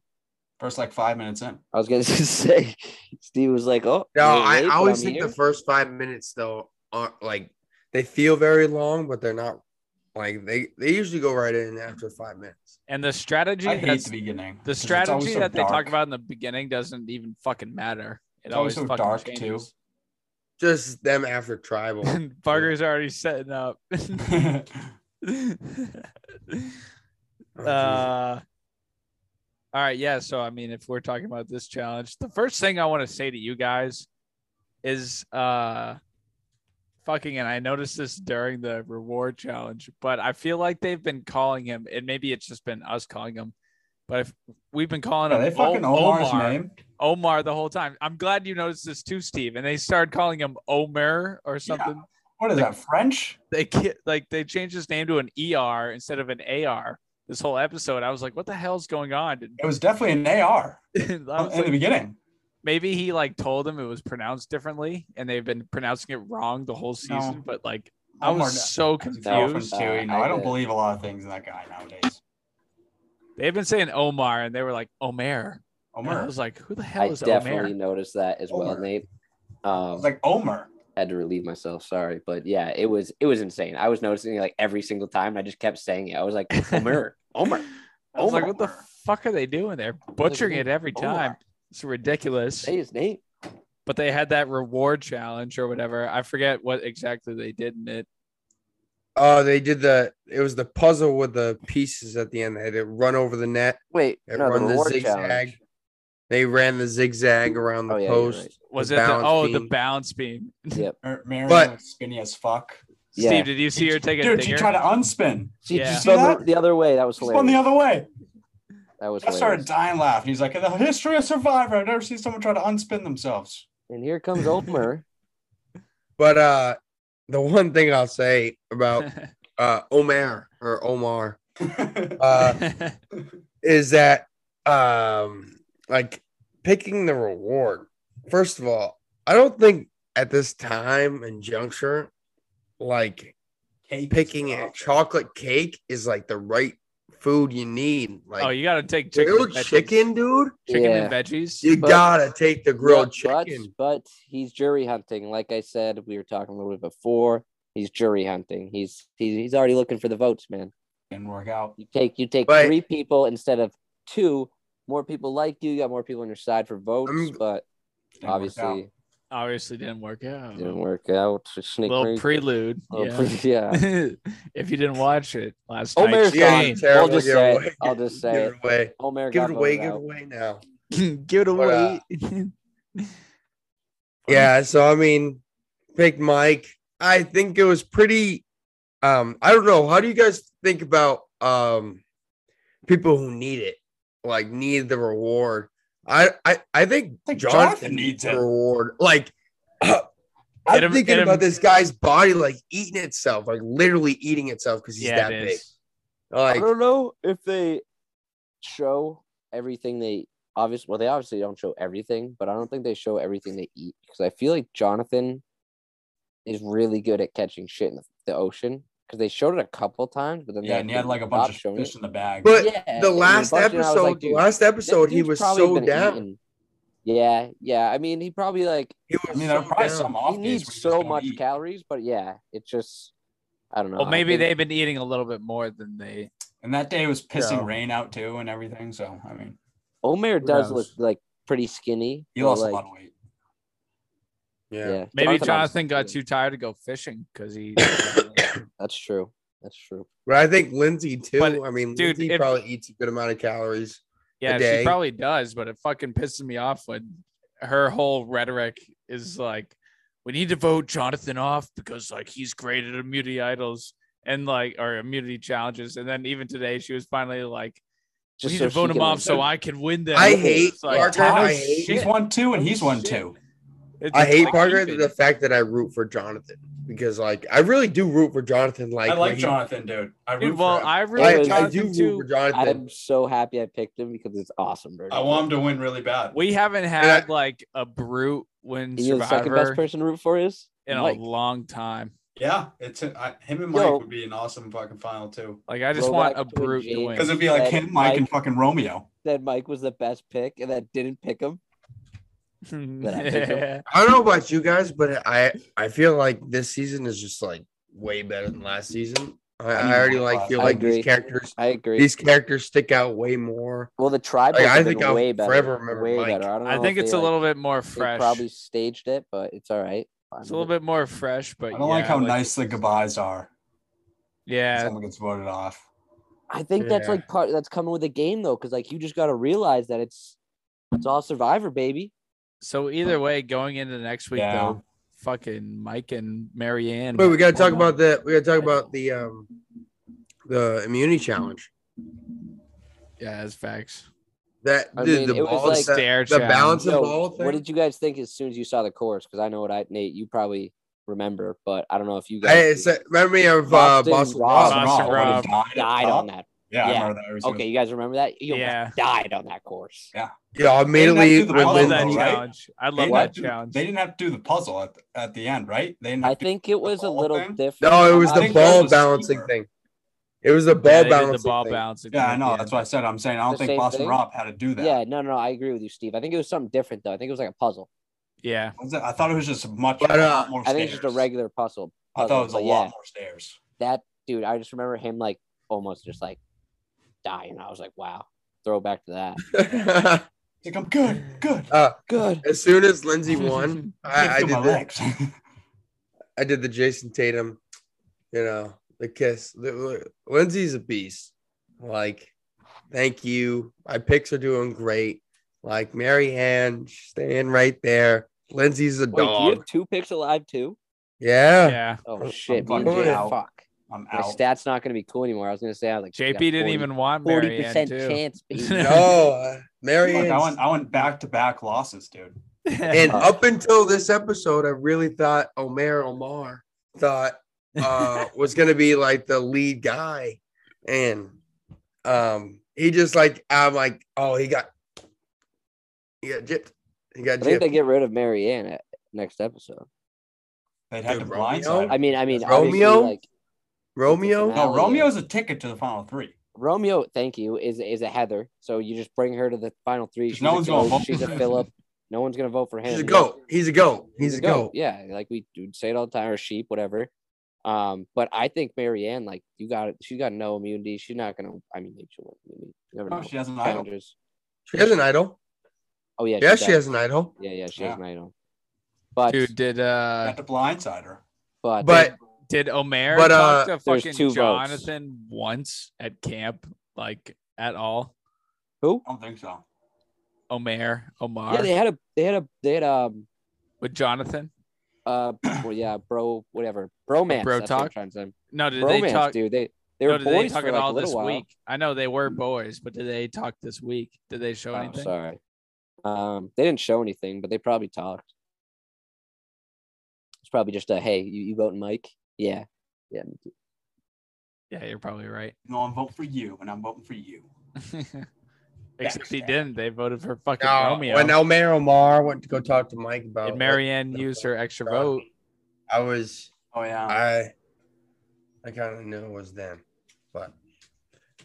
C: First, like five minutes in.
E: I was gonna <laughs> say, Steve was like, "Oh,
G: no,
E: you're late,
G: I
E: but
G: always
E: I'm
G: think
E: here."
G: the first five minutes, though, aren't like they feel very long, but they're not like they, they usually go right in after five minutes.
H: and the strategy
C: I hate
H: that's
C: the beginning.
H: the
C: 'cause it's always
H: strategy
C: so
H: that they
C: dark. <laughs>
H: talk about in the beginning doesn't even fucking matter. It
C: It's
H: always
C: always so
H: fucking
C: dark,
H: changes.
G: Just them after tribal.
E: <laughs>
G: Oh,
H: <laughs> Parker's already setting up. <laughs>
C: Oh,
H: uh, all right, yeah. So I mean, if we're talking about this challenge, the first thing I want to say to you guys is uh fucking and I noticed this during the reward challenge, but I feel like they've been calling him, and maybe it's just been us calling him, but if we've been calling
C: Are
H: him
C: they
H: O-
C: fucking Omar's
H: Omar,
C: name?
H: Omar the whole time. I'm glad you noticed this too, Steve. And they started calling him Omer or something
C: What is that? French?
H: they ki- like they changed his name to an ER instead of an AR this whole episode. I was like, what the hell's going on? <laughs>
C: It was definitely an AR
H: I was
C: in the
H: like,
C: beginning.
H: maybe he like told him it was pronounced differently and they've been pronouncing it wrong the whole season,
C: No.
H: but like I
C: Omar
H: was so
C: He's a
H: confused.
C: girlfriend, too. You know,
E: I
C: I don't
E: did.
C: believe a lot of things in that guy nowadays.
H: They've been saying Omar and they were like Omer. And I
C: Omer.
H: was like, who the hell
E: I
H: is
E: definitely
H: Omer?
E: noticed that as well,
C: Homer.
E: Nate.
C: I
E: Um,
C: was like, Omer.
E: had to relieve myself. Sorry, but yeah, it was it was insane. I was noticing it like every single time. and I just kept saying it. I was like,
G: <laughs>
E: Omer, Omer.
H: I was like,
E: Omar.
H: what the fuck are they doing? They're butchering it every
E: Omar.
H: time. It's ridiculous.
E: Say his name.
H: but they had that reward challenge or whatever. I forget what exactly they did in it.
G: Oh, they did the. It was the puzzle with the pieces at the end. They had to run over the net.
E: Wait,
G: They
E: no, the
G: run the,
E: reward
G: zigzag.
E: challenge.
G: They ran the zigzag around the
E: Oh, yeah, you're
G: post.
E: right.
H: Was
G: The
H: it the
G: balance
H: oh the
G: beam.
H: bounce beam?
C: Mer- Mary
G: But-
C: was Er, skinny as fuck.
E: Yeah.
H: Steve, did you see her take a
C: Dude, she
H: dinger?
C: tried to unspin.
E: See,
H: Yeah.
E: yeah. <laughs>
H: You
C: see
E: spun the,
C: that?
E: the other way. That was
C: She spun
E: hilarious.
C: the other way.
E: that was
C: I started
E: hilarious.
C: dying laughing. He's like, in the history of Survivor, I've never seen someone try to unspin
E: <laughs>
C: themselves.
E: And here comes Omer.
G: But uh, the one thing I'll say
E: <laughs>
G: about uh Omer or Omar uh,
H: <laughs>
G: is that um like picking the reward. First of all, I don't think at this time and juncture, like
C: Cake is
G: picking a
C: rough.
G: chocolate cake is like the right food you need. Like
H: oh, you gotta take chicken,
G: grilled
H: and veggies.
G: chicken, dude.
H: chicken
E: yeah.
H: and veggies.
G: You
E: But-
G: gotta take the grilled
E: Yeah,
G: chicken.
E: But, but he's jury hunting. Like I said, we were talking a little bit before. He's jury hunting. He's he's, he's already looking for the votes, man.
C: Didn't work out.
E: You take you take
G: But-
E: three people instead of two. More people like you. You got more people on your side for votes,
G: I'm-
E: but
C: Didn't work out.
E: obviously
H: Obviously didn't work out.
E: didn't work out. Sneak
H: Little prelude.
E: <laughs> yeah.
H: yeah. <laughs> if you didn't watch it last
E: Omer's
H: night,
E: gone. Yeah,
H: shame.
E: I'll just say it. I'll just say
G: <laughs> give it away.
E: Omer
G: Give
E: got
G: it away.
E: voted
G: Give it
E: out.
G: away now.
H: <laughs> give it
G: But, uh,
H: away.
G: Yeah. So I mean, pick Mike. I think it was pretty um i don't know how do you guys think about um people who need it like need the reward i i, I think
C: I think Jonathan needs
G: the
C: it.
G: reward like <clears throat>
H: Get
G: i'm
H: him-
G: thinking
H: get him-
G: about this guy's body like eating itself like literally eating itself because he's
H: yeah,
G: that
H: it
G: big
H: is.
E: I
G: like
E: don't know if they show everything they obviously well they obviously don't show everything, but I don't think they show everything they eat because I feel like Jonathan is really good at catching shit in the, the ocean because they showed it a couple times, but then
C: Yeah,
E: they
C: and he had like a
E: stopped
C: bunch of
E: showing
C: fish
E: it.
C: in the bag.
G: but
E: Yeah, and
G: the
E: then
G: last
E: Buster and I was
G: episode
E: like,
G: the
E: dude,
G: last
E: This
G: episode he
E: dude's
G: was
E: probably
G: so
E: been
G: down
E: eating- Yeah, yeah. I mean, he probably like
G: he
C: I
G: was
C: mean, there are
G: so
C: probably
G: down.
C: some
E: he
C: off days
E: needs
C: where you just
E: so
C: don't
E: much
C: eat.
E: calories, but yeah, it just I don't know.
H: Well,
E: I
H: maybe
E: think-
H: they've been eating a little bit more than they.
C: And that day was pissing
H: Yeah.
C: rain out too and everything. So I mean,
E: Omer
G: Who
E: does look
G: knows?
E: like pretty skinny.
C: he
E: but,
C: lost
E: like,
C: a lot of weight.
G: yeah,
E: Yeah,
H: Maybe
E: obviously
H: Jonathan got
E: didn't.
H: too tired to go fishing because he.
E: That's true. That's true.
G: but i think lindsay too
H: But,
G: i mean
H: dude,
G: lindsay
H: if-
G: probably eats a good amount of calories
H: yeah,
G: day.
H: she probably does, but it fucking pisses me off when her whole rhetoric is like, "We need to vote Jonathan off because like he's great at immunity idols and like or immunity challenges." And then even today, she was finally like, "We need to
E: she
H: vote him
E: can-
H: off so I can win this."
G: I
H: It's
G: hate
H: like,
G: Parker,
H: oh,
G: I hate-
H: shit.
C: She's won two and
H: Oh,
C: he's won
H: shit.
C: two.
H: It's
G: I
H: just
G: hate
H: like,
G: Parker
H: keep it.
G: the fact that I root for Jonathan because like I really do root for Jonathan. Like
C: I
G: when
C: like
G: he-
C: Jonathan, dude. I root
H: Dude, well,
C: for him.
H: I
G: I,
H: really
E: I
H: like
G: I
H: Jonathan
G: do root
H: too.
G: for Jonathan.
E: I'm <laughs> so happy I picked him because it's awesome, bro.
C: I want him to win really bad.
H: We haven't had like a brute win
E: You know the second best
H: survivor
E: person to root for is
H: in
E: Mike.
H: a long time.
C: Yeah, it's I, him and Mike
E: Yo.
C: would be an awesome fucking final too.
H: Like I just
E: Rollback
H: want a
E: to a
H: brute to
E: J.
H: <laughs>
C: Because
H: win.
C: it'd be like
E: Ed,
C: him, Mike,
E: Mike.
C: and fucking Romeo.
E: That Mike was the best pick, and that didn't pick him.
H: yeah.
G: I don't know about you guys, but I I feel like this season is just like way better than last season. I,
C: I need
G: I already
C: more
G: like
C: class.
G: feel
E: I
G: like
E: agree.
G: these characters
E: I agree.
G: these characters stick out way more.
E: well, the tribe
G: Like, I
E: has been
G: think I'll
E: way better.
G: forever remember
E: way
G: Mike.
E: better. I, don't know
H: I think
E: if
H: it's
E: they,
H: a
E: like-
H: little bit more
E: they
H: fresh.
E: Probably staged it, but it's all right.
H: It's a little bit more fresh, but
C: I don't like
H: yeah,
C: how nice the goodbyes are. when
H: Yeah,
C: Someone gets voted off.
E: I think that's
G: Yeah.
E: like part that's coming with the game though, because like you just got to realize that it's it's all Survivor, baby.
H: So either way, going into next week
C: Yeah.
H: though, fucking Mike and Marianne.
G: Wait, we gotta talk about the we gotta talk about the um the immunity challenge.
H: Yeah, that's facts.
G: That
E: I
G: dude,
E: mean,
G: the
E: it was
G: ball
E: like-
G: set-
H: Stare
G: the
H: challenge.
G: balance of
E: Yo,
G: ball thing.
E: what did you guys think as soon as you saw the course? Because I know what I Nate, you probably remember, but I don't know if you guys
G: I,
E: did.
G: it's, remember me of uh,
E: Boston
G: Boston
E: Rob.
G: Rob.
H: Boston
C: Rob would
H: Rob
C: have died at
E: died
C: the
E: on
C: top.
E: that.
C: Yeah,
E: Yeah.
C: I remember that. He was
E: Okay, you guys remember that? You almost
H: Yeah.
E: died on that course.
G: Yeah, I
C: didn't have
G: immediately
C: to do the
G: I
H: I
C: Well,
H: love
G: went
H: that
C: though, right?
H: challenge. I
C: They
H: love
C: didn't,
H: that
C: have to,
H: challenge.
C: they didn't have to do the puzzle at the, at the end, right? They didn't have
E: I
C: to
E: think it was a
C: ball
E: little
C: thing?
E: different.
G: No, it was
E: I
G: the
E: think
C: that
G: ball
C: was
G: balancing
C: cheaper.
G: thing. It was the ball
H: Yeah, they did
G: balancing.
H: the ball
G: thing.
H: balancing.
C: Yeah,
H: thing
C: I
H: at
C: know.
H: the
C: That's
H: end.
C: what I said. I'm saying I don't
E: The
C: think
E: same
C: Boston
E: thing?
C: Rob had to do that.
E: Yeah, no, no, no, I agree with you, Steve. I think it was something different though. I think it was like a puzzle.
H: Yeah,
C: Was it- I thought it was just much
G: But,
C: a
G: uh,
C: lot more
E: I
C: stairs.
E: think it's just a regular puzzle.
C: I
E: puzzle,
C: thought it was a
E: but
C: lot
E: yeah.
C: more stairs.
E: That dude, I just remember him like almost just like dying. I was like, wow. Throwback to that.
C: It's like I'm good, good.
G: <laughs> uh,
E: Good.
G: as soon as Lindsay won, I, I
C: Look
G: did
C: at my
G: the
C: legs. <laughs>
G: I did the Jason Tatum, you know, the kiss. The- Lindsay's a beast. Like, thank you. My picks are doing great. Like Mary Ann, she's staying right there. Lindsay's a
E: Wait, do you
G: dog.
E: have two picks alive too?
G: Yeah.
H: yeah.
E: Oh shit.
C: fucking
E: BJ,
G: out.
E: fuck.
C: I'm
E: My
C: out.
E: stat's not gonna be cool anymore. I was gonna say I was like
H: JP
E: got
H: didn't
E: 40
H: even want
E: forty
H: Marianne
E: percent
H: too.
E: chance.
H: <laughs>
E: baby.
H: Yeah.
G: No, uh, Mary
C: Fuck, I
G: Ann's
C: went I went back to back losses, dude.
H: <laughs>
G: And
E: Uh,
G: up until this episode, I really thought Omer Omar thought uh, was going to be like the lead guy, and um, he just like I'm like, oh, he got he got gypped. He got
E: I think they
G: gypped.
E: get rid of Marianne at next episode.
C: They'd had to
G: Dude,
C: blindside.
G: Romeo?
E: I mean, I mean, obviously,
G: Romeo?
E: like
G: Romeo.
E: Doesn't
C: no, Romeo's a ticket to the final three.
E: Romeo, thank you, is is a Heather. So you just bring her to the final three.
C: Because no
E: a
C: one's gonna
E: Joe,
C: vote
E: She's
C: for
E: a
C: him.
E: Philip. No one's gonna vote for him.
G: He's a goat. He's a goat. He's, a goat.
E: Yeah, like we do say it all the time, or sheep, whatever. Um, but I think Marianne, like you got it. She's got no immunity. She's not gonna. I mean, maybe she'll win. immunity. You never
C: No,
E: know.
C: she has an idol.
E: Challenges.
G: She has an idol.
E: Oh yeah.
G: Yeah, she
E: does.
G: has an idol.
E: Yeah, yeah, she
C: Yeah.
E: has an idol. But
H: Dude, did
C: They
H: uh
C: had to blindside her.
E: but
G: But
H: did Omer
G: But, uh,
H: talk to
E: there's
H: fucking
E: two votes.
H: Jonathan once at camp, like at all?
E: who?
C: I don't think so.
H: Omer, Omar
E: Yeah, they had a they had a they had um
H: with Jonathan. <clears throat>
E: uh, well, yeah, bro, whatever, bromance.
H: Bro
E: that's what I'm
H: talk?
E: trying to say.
H: No, did
E: Bromance,
H: they talk?
E: dude. They they
H: no,
E: were
H: did they
E: boys
H: talk
E: for
H: at
E: like
H: all
E: a little
H: this
E: while.
H: week? I know they were boys, but did they talk this week? Did they show
E: Oh, I'm
H: anything?
E: sorry. Um, they didn't show anything, but they probably talked. It's probably just a hey, you, you voting Mike? Yeah, yeah. me too."
H: Yeah, you're probably right. <laughs>
C: No, I'm voting for you, and I'm voting for you.
H: Except he didn't. They voted for fucking
G: No,
H: Romeo.
G: uh, when Oh, Elmer Omar went to go talk to Mike about
H: and Marianne used her extra vote.
G: I was
C: Oh yeah.
G: I I kind of knew it was them, but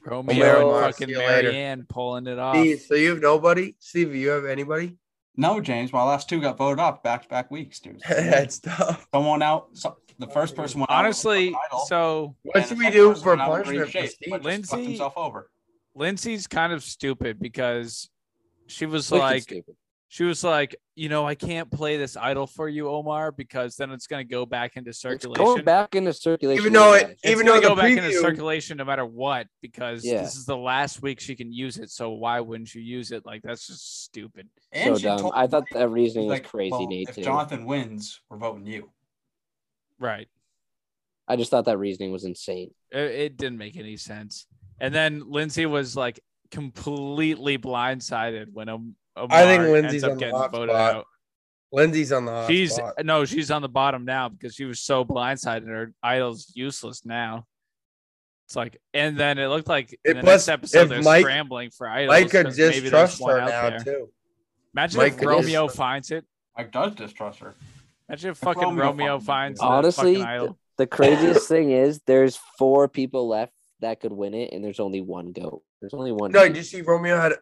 H: Romeo and
G: Omar,
H: fucking
G: see you later.
H: Marianne pulling it off.
G: Steve, so you have nobody. Steve, you have <laughs> anybody?
C: No, James, my last two got voted off back to back weeks, dude.
G: That's tough.
C: Someone out. So, the first person went out.
H: Honestly, so
G: What should we do for punishment for Steve?
H: Lin- Lindsay-
C: Lindsay himself over.
H: Lindsay's kind of stupid because she was
E: Wicked
H: like,
E: stupid.
H: she was like, you know, I can't play this idol for you, Omar, because then it's gonna go back into
E: It's
H: circulation.
E: going back into circulation. uh,
G: Even though it-
E: anyway.
H: It's
G: even
H: gonna
G: though
H: go
G: the
H: back into
G: preview-
H: circulation no matter what, because
E: Yeah.
H: this is the last week she can use it. So why wouldn't you use it? Like that's just stupid.
E: so dumb. I thought that reasoning was crazy,
C: well,
E: Nate.
C: If
E: Too.
C: Jonathan wins, we're voting you.
H: Right.
E: I just thought that reasoning was insane.
H: It, it didn't make any sense. And then Lindsay was like completely blindsided when Om- Omar
G: I think
H: ends
G: Lindsay's
H: up
G: on the
H: getting
G: hot
H: voted
G: spot.
H: out.
G: Lindsay's on the hot
H: She's
G: spot.
H: no, she's on the bottom now because she was so blindsided. Her idol's useless now. It's like, and then it looked like in
G: It-
H: the
G: plus,
H: next episode
G: if
H: they're
G: Mike-
H: scrambling for idols.
G: Mike could
H: 'cause
G: just
H: maybe there's
G: trust
H: one
G: her
H: out
G: now
H: there.
G: too.
H: Imagine
G: Mike
H: if
G: could
H: Romeo
G: just-
H: finds it.
C: Mike does distrust her.
H: Imagine if
C: If
H: fucking Romeo,
C: Romeo
H: finds
C: finds it.
H: that
E: Honestly,
H: fucking
E: th-
H: idol.
E: the craziest thing is there's four people left that could win it, and there's only one goat. There's only one.
G: No,
E: goat.
G: did you see Romeo had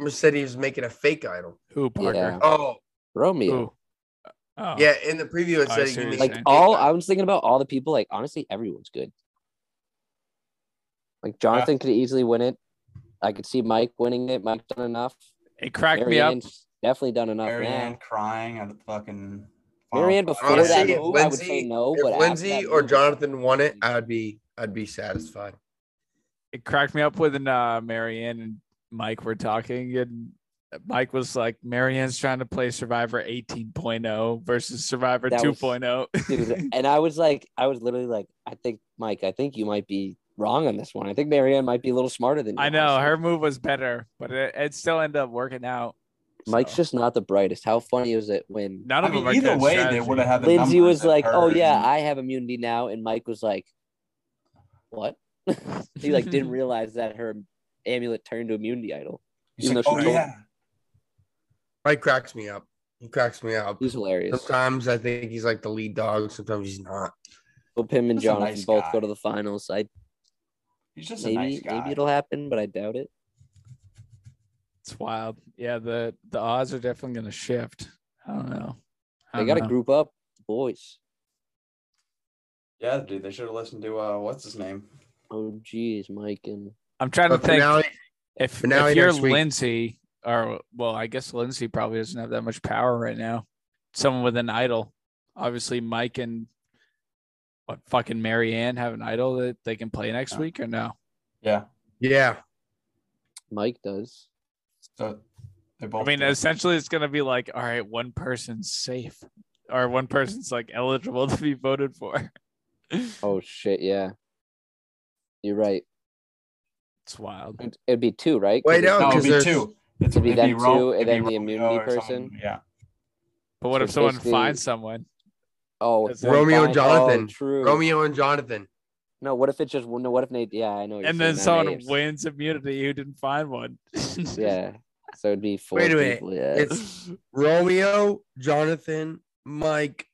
G: Mercedes making a fake idol?
H: Who Parker?
G: Oh,
E: Romeo.
H: Who? Oh.
G: yeah. In the preview, it
H: I
G: said
H: see
G: he made
H: what you're
G: a
E: like
H: saying.
G: fake
E: all
G: idol.
E: I was thinking about all the people. Like honestly, everyone's good. Like Jonathan could easily win it. I could see Mike winning it. Mike's done enough.
H: It cracked me up.
E: Marianne's definitely done enough.
C: Marianne
E: Marianne,
C: crying at the fucking.
E: Marianne before
G: oh, Honestly,
E: that
G: if
E: move, I would say
G: Lindsay-
E: no.
G: If
E: but after that
G: Lindsay or
E: move-
G: Jonathan won it, I'd be I'd be satisfied.
H: It cracked me up when uh, Marianne and Mike were talking, and Mike was like, "Marianne's trying to play Survivor 18.0 versus Survivor oh."
E: That was-
H: <laughs> 2.0."
E: Dude, and I was like, I was literally like, I think Mike, I think you might be wrong on this one. I think Marianne might be a little smarter than you.
H: I know
E: honestly.
H: her move was better, but it, it still ended up working out.
E: Mike's
H: So,
E: just not the brightest. How funny is it when
H: none
C: I
H: of
C: mean,
H: them are
C: either
H: good
C: way,
H: strategy.
C: they would have had the
E: Lindsay
C: numbers
E: was
C: that
E: like, "Oh
C: her
E: yeah,
C: and-
E: I have immunity now," and Mike was like, "What?" <laughs> he like
C: <laughs>
E: didn't realize that her amulet turned to immunity idol.
C: He's
E: even
C: like,
E: though she
C: oh
E: told-
C: yeah.
G: Mike cracks me up. He cracks me up.
E: He was hilarious.
G: Sometimes I think he's like the lead dog. Sometimes he's not.
E: Hope him and
C: That's a
E: Jonathan
C: nice
E: both
C: guy.
E: go to the finals. I
C: He's just
E: maybe
C: a nice guy.
E: maybe it'll happen, but I doubt it.
H: It's wild. Yeah, the the odds are definitely going to shift. I don't know. I
E: They
H: don't
E: got to
H: know.
E: group up, boys.
C: Yeah, dude, they should have listened to uh, what's his name?
E: Oh geez, Mike and
H: I'm trying to
G: But for
H: think.
G: now,
H: if,
G: But now
H: if
G: he
H: you're
G: next week-
H: Lindsay, or well, I guess Lindsay probably doesn't have that much power right now. Someone with an idol, obviously Mike and what fucking Marianne have an idol that they can play next
C: Yeah.
H: week or no?
C: Yeah.
G: yeah.
E: Mike does.
C: So they
H: I
C: both.
H: mean,
C: did.
H: essentially, it's gonna be like, all right, one person's safe, or one person's like eligible to be voted for. it's
E: Oh shit, yeah. You're right.
H: wild.
E: It'd, it'd be two, right? 'Cause
G: Wait,
E: it's-
G: no,
C: no, it'd
G: 'cause
C: be
G: there's-
C: two. It's
E: It'd be
C: it'd
E: them
C: Ro-
E: two, and
C: it'd
E: then
C: be
E: the
C: Romeo
E: immunity
C: or
E: person.
C: someone- Yeah.
H: But what
E: So
H: if someone
E: basically-
H: finds someone?
E: Oh,
H: It's
E: one
G: Romeo and
E: final-
G: Jonathan.
E: Oh, true.
G: Romeo and Jonathan.
E: No, what if it's just no? What if Nate? Yeah, I know. what you're
H: and
E: saying
H: then
E: now,
H: someone
E: Nate's-
H: wins immunity who didn't find one.
E: Yeah. So it'd be four
G: Wait a minute.
E: people. Yeah.
G: It's Romeo, Jonathan, Mike,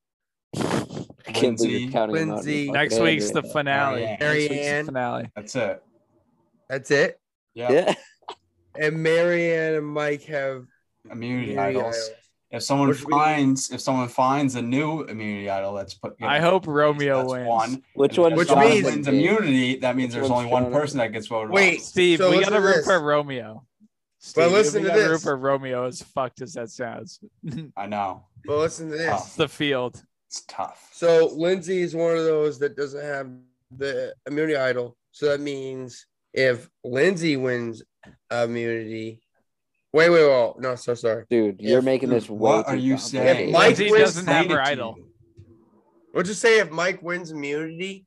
E: I can't believe
C: Lindsay-
E: you're counting them out.
G: Lindsay-
E: You're
H: <laughs> Next
E: fucking
H: week's the
E: idiot.
H: finale.
C: Marianne.
H: Next week's the
G: Oh, Marianne.
H: finale.
C: That's it.
G: That's it.
C: Yeah.
E: Yeah.
G: And Marianne and Mike have
C: Immunity
G: immunity
C: idols.
G: idols.
C: If someone
G: Which we-
C: finds, if someone finds a new immunity idol, that's put.
H: I hope Romeo
C: that's
H: wins.
C: One.
E: Which one?
G: Which
C: Which
G: Jonathan
C: means
G: means-
C: wins immunity. That means
E: Which
C: there's
E: one's
C: only one
E: Jonathan?
C: person that gets voted.
G: Wait,
C: off.
H: Steve,
G: So
H: we
G: listen
H: gotta
G: to
H: root
G: this.
H: for Romeo. Steve,
G: Well,
H: we
G: listen to
H: gotta root
G: this.
H: for Romeo. As fucked as that sounds,
C: I know
G: But listen to
C: Oh.
G: this.
H: the field.
C: it's tough.
G: So Lindsay is one of those that doesn't have the immunity idol. So that means if Lindsay wins immunity, wait, wait, wait, no, so sorry.
E: Dude, you're
G: If-
E: making this way.
C: what
E: too
C: are you
E: complicated.
C: saying?
G: Mike
H: Lindsay
G: wins
H: doesn't have
C: Explain
H: her
C: it to
H: idol.
C: you.
G: Let's just say if Mike wins immunity,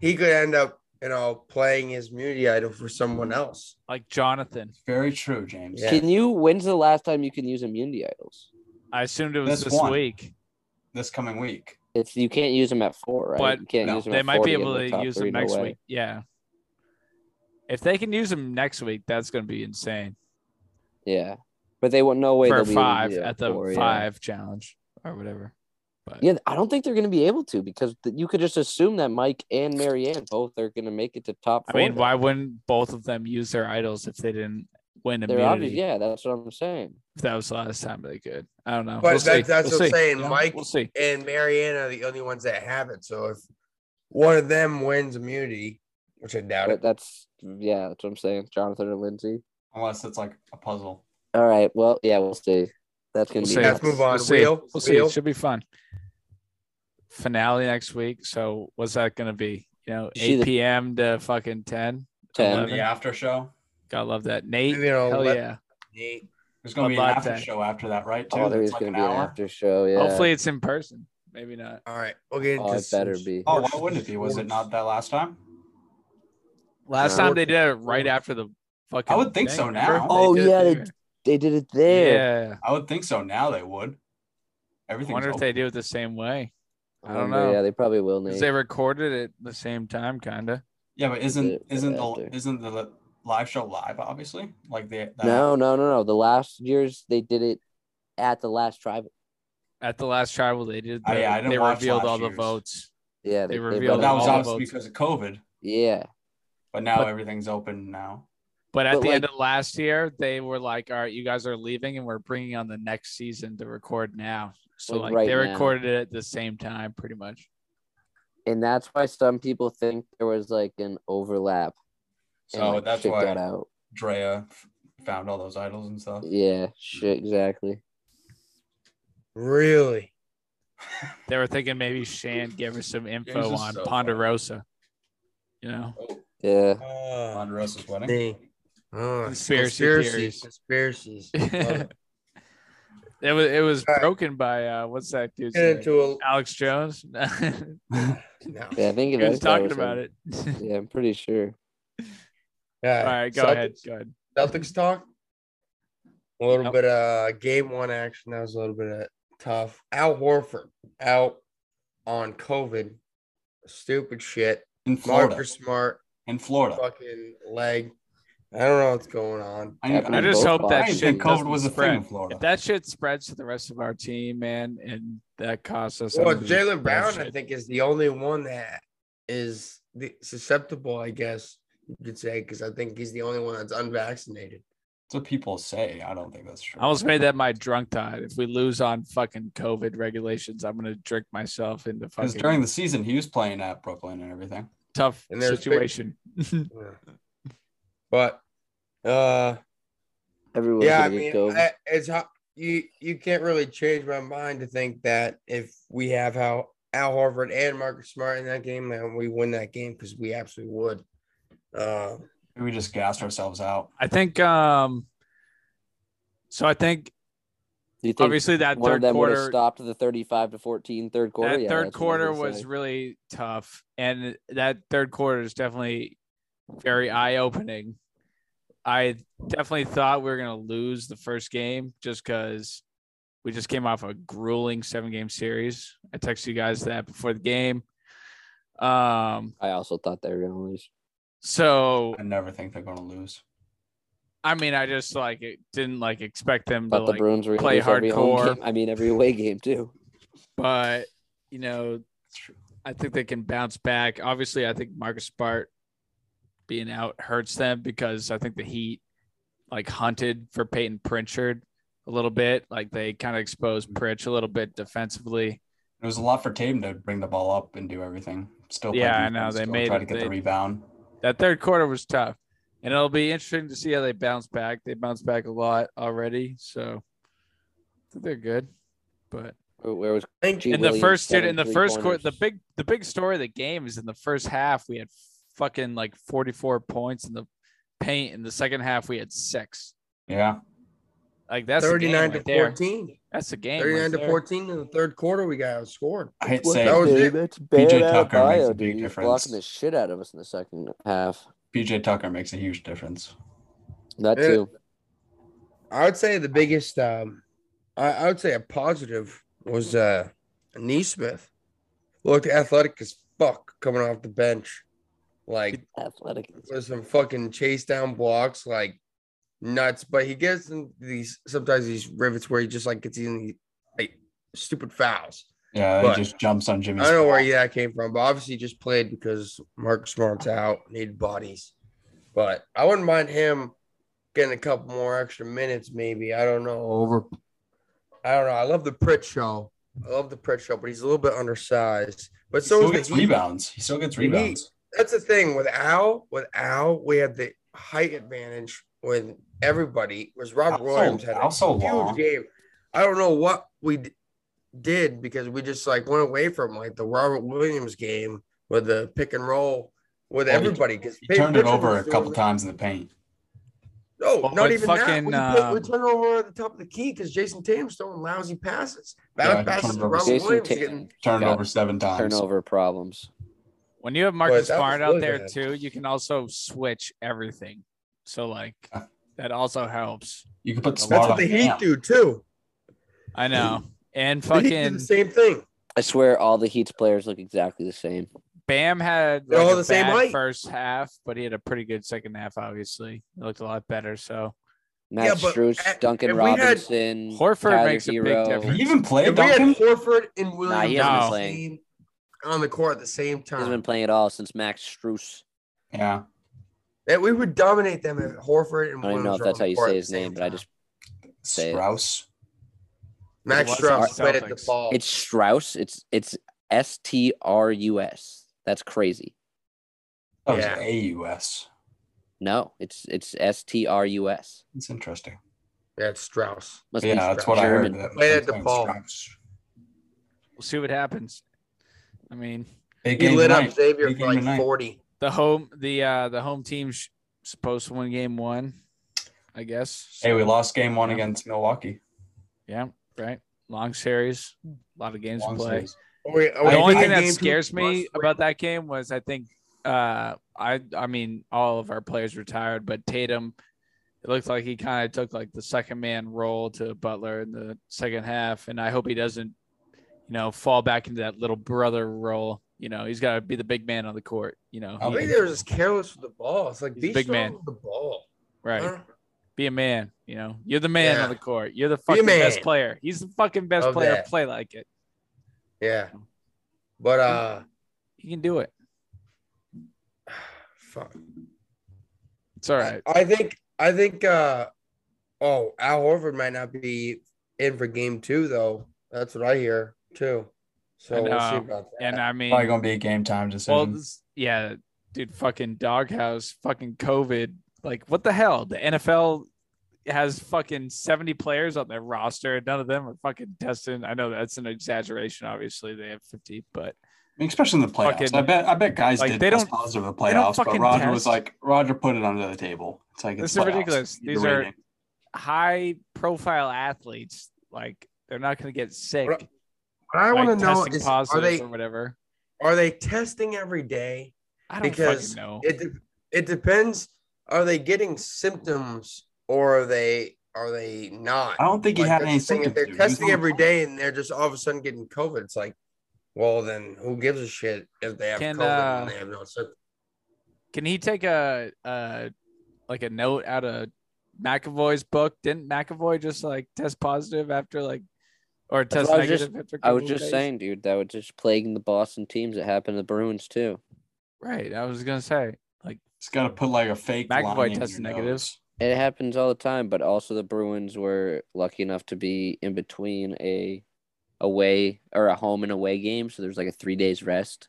G: he could end up, you know, playing his immunity item for someone else.
H: like Jonathan.
C: Very true, James.
G: Yeah.
E: Can you? When's the last time you can use immunity idols?
H: I assumed it was
C: That's
H: this
C: one.
H: week.
C: This coming week.
E: It's you can't use them at four, right?
H: But
E: you can't
C: no,
E: use them.
H: They
E: at
H: might
E: four
H: be
E: get
H: able
E: in the
H: to
E: top
H: use
E: three,
H: them
E: no
H: next
E: way.
H: week. Yeah. If they can use them next week, that's going to be insane
E: Yeah, but they won't. No way.
H: for
E: they'll be able to
H: five
E: do it
H: at the
E: four, yeah.
H: five challenge or whatever. But
E: Yeah, I don't think they're going to be able to because th- you could just assume that Mike and Marianne both are going to make it to top.
H: I
E: four
H: mean,
E: then.
H: why wouldn't both of them use their idols if they didn't win
E: They're
H: immunity?
E: obvious. Yeah, that's what I'm saying.
H: If that was the last time they could. I don't know.
G: But
H: We'll
G: that-
H: see.
G: that's
H: We'll
G: what I'm
H: see.
G: saying.
H: Yeah,
G: Mike-
H: We'll see.
G: And Marianne are the only ones that have it. So if one of them wins immunity, which I doubt
E: But
G: it.
E: that's yeah, that's what I'm saying. Jonathan and Lindsay.
C: Unless it's like a puzzle.
E: All right. Well, yeah, we'll see. That's
H: We'll
E: going to
H: see.
E: be. nuts.
G: Let's move on.
H: We'll see.
G: Wheel,
H: We'll see.
G: wheel.
H: It should be fun. Finale next week. So what's that going to be? You know,
E: See
H: 8
E: the-
H: p.m. to fucking 10.
E: Ten.
H: Eleven.
C: The after show.
H: Gotta love that. Nate.
G: You know,
H: Hell
G: let-
H: yeah.
G: Nate,
C: There's gonna
H: I'd
C: be an
H: like
C: after
H: that.
C: show after that, right? Too.
E: Oh, there
C: That's
E: is
C: like
E: going
C: an
E: to be an
C: hour.
E: after show. Yeah.
H: Hopefully it's in person. Maybe not.
G: All right, we'll get into
E: Oh, it
G: some
E: better be.
C: Oh, why wouldn't it be? Was it
G: sports.
C: not that last time?
H: Last
G: No.
H: time they did it right after the fucking.
C: I would think
H: thing.
C: so now.
H: Remember?
E: Oh,
H: did it
E: yeah, they
H: there.
E: They did it there.
H: Yeah.
C: I would think so. Now they would.
H: I
C: Everything's
H: wonder if
C: open.
H: they do it the same way. I don't
E: but
H: know.
E: Oh, Yeah, they probably will.
H: 'Cause
E: Nate.
H: they recorded it the same time, kinda.
C: Yeah, but
E: Yeah,
C: isn't isn't the
E: after.
C: isn't the li- live show live? Obviously, like the that,
E: No, no, no, no. The last years they did it at the last tribal.
H: At the last tribal, they did.
C: Oh,
H: the-
C: yeah, I didn't
H: they
C: watch
H: revealed
C: last
H: all the
C: year's.
H: votes.
E: Yeah,
H: They
E: brought
C: But
H: revealed
E: it
C: that
H: all
C: was
E: up.
H: the
C: obviously
H: votes.
C: because of COVID.
E: Yeah,
C: But now
H: But-
C: everything's open now.
H: But at
E: But,
H: the end of last year, they were like, "All right, you guys are leaving, and we're bringing on the next season to record now." So
E: Like,
H: like,
E: right
H: they
E: now.
H: recorded it at the same time, pretty much.
E: and that's why some people think there was like an overlap. and,
C: So
E: like,
C: that's
E: shit
C: why
E: got out.
C: Drea f- found all those idols and stuff.
E: Yeah, shit, exactly.
G: Really?
H: They were thinking maybe Shan gave her some info
C: James is
H: on
C: so
H: Ponderosa. You know,
E: Yeah,
G: Uh,
C: Ponderosa's wedding.
G: Dang. Oh,
H: Conspiracy theories. <laughs>
G: Conspiracies. Love it.
H: it was it was
G: All right.
H: broken by uh, what's that dude's
G: Get
H: name?
G: into a
H: Alex Jones. <laughs> he
G: no.
E: yeah. I think it
H: was
E: was
H: talking about it. <laughs>
E: Yeah, I'm pretty sure.
H: All right, go
G: Celtics,
H: ahead. Go ahead.
G: Celtics talk. A little
H: Yep.
G: bit of uh, game one action. That was a little bit of tough. Al Horford out on COVID. Stupid shit.
C: In Florida.
G: Marcus Smart
C: In Florida.
G: fucking leg. I don't know what's going on.
C: I,
E: Happened
H: I
E: in
H: just
E: both
H: hope that
E: bodies.
C: didn't
H: shit
C: think COVID
H: doesn't
C: was a thing in
H: spread.
C: Florida.
H: If that shit spreads to the rest of our team, man, and that costs us.
G: Well,
H: every-
G: Jalen Brown, I
H: shit.
G: think, is the only one that is the, susceptible, I guess you could say, because I think he's the only one that's unvaccinated.
C: That's what people say. I don't think that's true.
H: I almost made that
C: <laughs>
H: my drunk tide. If we lose on fucking COVID regulations, I'm gonna drink myself into
C: Because
H: fucking
C: during the season, he was playing at Brooklyn and everything.
H: tough
G: And there's big-
H: situation. <laughs>
G: Yeah. But uh
E: Everyone's
G: yeah, I
E: gonna get
G: mean
E: COVID.
G: I, it's ho- you you can't really change my mind to think that if we have how Al Harvard and Marcus Smart in that game, then we win that game because we absolutely would. Uh
C: We just gassed ourselves out.
H: I think. um So I think
E: Do you think
H: obviously that
E: one
H: third
E: of them would have
H: quarter
E: stopped the 35 to 14 third quarter?
H: that
E: Yeah,
H: third
E: that's what I
H: quarter
E: was gonna
H: was
E: say.
H: really tough and that third quarter is definitely very eye-opening i definitely thought we were going to lose the first game just because we just came off a grueling seven game series i texted you guys that before the game um
E: I also thought they were gonna lose.
H: so
C: I never think they're going to lose.
H: i mean i just like it didn't like expect them to
E: Thought the
H: like
E: Bruins were gonna
H: play
E: lose every home
H: hardcore.
E: game. I mean, every away game too.
H: but you know
C: It's true.
H: I think they can bounce back. Obviously, I think Marcus Smart being out hurts them because I think the Heat like hunted for Peyton Pritchard a little bit. Like they kind of exposed Pritch a little bit defensively.
C: It was a lot for Tatum to bring the ball up and do everything. Still, play
H: Yeah, I know.
C: defense,
H: They
C: still
H: made
C: try
H: it-
C: to get
H: they-
C: the rebound.
H: That third quarter was tough, and it'll be interesting to see how they bounce back. They bounce back a lot already, so I think they're good. But
E: Where, where was
G: I think
E: Gee,
H: in the
E: Williams,
H: first dude,
E: seven
H: in the
E: three
H: first quarter, the
E: pointers.
H: big the big story of the game is in the first half we had fucking like 44 points in the paint. In the second half we had six.
C: Yeah,
H: Like that's thirty
G: 39
H: nine
G: to
H: right there.
G: 14.
H: That's the game.
G: 39
H: right
G: to
H: there.
G: 14 in the third quarter, we got outscored.
C: I hate
G: Well,
C: saying
G: that was
C: it.
G: it.
E: that's
C: PJ
E: bad
C: Tucker
E: out
C: makes a
E: bio,
C: big
E: dude. He's
C: difference.
E: blocking the shit out of us in the second half.
C: PJ Tucker makes a huge difference.
E: That
G: Yeah.
E: too.
G: I would say the biggest, um, I, I would say a positive was uh, Neesmith. Looked athletic as fuck coming off the bench. Like,
E: Athletic.
G: with some fucking chase down blocks, like nuts. But he gets in these sometimes these rivets where he just like gets in these, like stupid fouls.
C: Yeah,
G: But-
C: he just jumps on
G: I
C: Jimmy's.
G: don't know where that came from, but obviously he just played because Mark Smart's out, needed bodies. But I wouldn't mind him getting a couple more extra minutes, maybe. I don't know. Over. I don't know. I love the Pritt show. I love the Pritt show, but he's a little bit undersized. But
C: He
G: so
C: still
G: is
C: gets
G: the Heat.
C: rebounds. He still gets
G: The Heat.
C: rebounds.
G: that's the thing with Al. With Al, we had the height advantage with everybody. Was Robert
C: Al's so-
G: Williams had a
C: Al's so
G: huge
C: long.
G: game. I don't know what we d- did because we just like went away from like the Robert Williams game with the pick and roll with
C: Well, he-
G: everybody. Because
C: He turned it over a couple times in the paint.
G: No, not
H: Well, but
G: even
H: fucking,
G: that. We, played- we
H: um,
G: turned it over at the top of the key because Jason Tatum's throwing lousy passes.
C: Yeah,
G: Bad
C: he
G: passes.
C: turned
G: to
C: it over.
G: Robert
E: Jason
G: Williams
E: Tatum.
G: getting
C: Turned it
E: Got
C: over seven times.
E: Turnover problems.
H: When you have Marcus
G: that was
H: Smart out
G: really
H: there
G: bad.
H: too, you can also switch everything. So like
C: Yeah.
H: that also helps.
C: You could put
G: That's
H: That's
C: Smart
G: what
C: on
G: the
C: the
G: Heat do too.
H: I know.
G: <laughs>
H: And
G: The Heat do
H: fucking
G: the same thing.
E: I swear all the Heat's players look exactly the same.
H: Bam had
G: They're
H: like,
G: all
H: a
G: the same
H: bad
G: height.
H: first half, but he had a pretty good second half. Obviously, he looked a lot better. So
E: Matt
G: but
E: Struz,
G: at-
E: Duncan
G: if we had-
E: Robinson,
H: Horford
E: Tyler
H: makes a big
E: Hero.
H: difference.
C: He even played
G: If we had
C: Duncan.
G: Horford and Williams
E: Nah, he
H: hasn't
G: on,
H: been
G: the
E: playing.
G: same- on the court at the same
E: He's been
G: time,
E: playing at all since Max Strus.
C: Yeah,
G: that we would dominate them if Horford and
E: I don't even
G: Williams.
E: know if
G: were on
E: that's how
G: the
E: you
G: court at
E: say
G: the
E: his
G: same
E: name, but I
G: time.
E: just say it.
C: Strauss.
G: Max
H: It was
G: Strauss
H: our
G: played at the
H: Celtics.
G: ball.
E: it's Strauss. It's it's S T R U S. That's crazy.
C: That was
G: Yeah.
C: AUS.
E: No, it's it's S T R U S.
C: It's interesting.
G: yeah, it's Strauss.
E: Must
C: yeah,
E: be
C: that's what I heard.
E: German.
C: That
G: Played at
C: was
G: the ball.
C: Strauss.
H: we'll see what happens. I mean,
C: Big
G: He
C: game
G: lit up
C: tonight.
G: Xavier
C: Big
G: for
C: game
G: like
C: tonight.
G: forty.
H: the home the uh the home team's supposed to win game one, I guess. So,
C: Hey, we lost game one
H: Yeah.
C: against Milwaukee.
H: yeah, right. Long series, a lot of games
C: Long
H: to play.
C: series.
H: the only thing that scares me about that game was I think uh I I mean all of our players retired, but Tatum it looked like he kind of took like the second man role to Butler in the second half, and I hope he doesn't, you know, fall back into that little brother role. You know, he's got to be the big man on the court. You know,
C: I
G: I
H: he-
G: think they were just careless with the ball. It's like
H: He's a
G: be
H: big
G: strong
H: man.
G: with the ball.
H: right?
G: Huh?
H: Be a man. You know, you're the man
G: Yeah.
H: on the court. You're the fucking
G: man.
H: best player. He's the fucking best
G: Love
H: player.
G: that.
H: Play like it.
G: Yeah, but uh,
H: He can do it.
G: fuck.
H: It's all right.
G: I, I think I think uh oh Al Horford might not be in for game two though. That's what I hear too. So
H: I
G: we'll see
H: know.
G: about that.
H: uh, And I mean,
C: Probably gonna be a game time
H: Well,
C: decision.
H: this, yeah, dude, fucking doghouse, fucking COVID. Like, what the hell? The NFL has fucking 70 players on their roster. None of them are fucking tested. I know that's an exaggeration. Obviously, they have 50, but
C: I mean, especially in the playoffs.
H: fucking-
C: I bet I bet guys
H: like,
C: did
H: they
C: they
H: don't-
C: don't, positive in the
H: they don't
C: playoffs, but
H: fucking
C: Roger
H: test.
C: was like Roger put it under the table. It's like it's
H: This is
C: playoffs.
H: ridiculous.
C: You're
H: These are-
C: rating.
H: high profile athletes, like, they're not going to get sick.
G: What what I
H: by
G: want to know
H: testing
G: is are
H: positive
G: they
H: or whatever.
G: are they testing every day?
H: I don't
G: Because
H: fucking know.
G: it de- it depends. Are they getting symptoms or are they are they not?
C: I don't think he
G: Like,
C: had
G: that's
C: any
G: the thing,
C: symptoms.
G: If they're
C: dude. He was
G: testing
C: on the
G: every day and they're just all of a sudden getting COVID, it's like, well, then who gives a shit if they have
H: Can,
G: COVID
H: uh,
G: and they have no symptoms?
H: Can he take a, a like a note out of McAvoy's book? Didn't McAvoy just like test positive after like or
E: That's
H: test
E: what I was
H: negative after? a
E: I was
H: couple of
E: just
H: days?
E: saying, dude, that was just plaguing the Boston teams. It happened to the Bruins too.
H: Right. I was gonna say
C: It's got to put like a fake.
H: McAvoy
C: line in
H: tested
C: your
H: negative.
C: nose.
E: It happens all the time, but also the Bruins were lucky enough to be in between a away or a home and away game, so there's like a three days rest.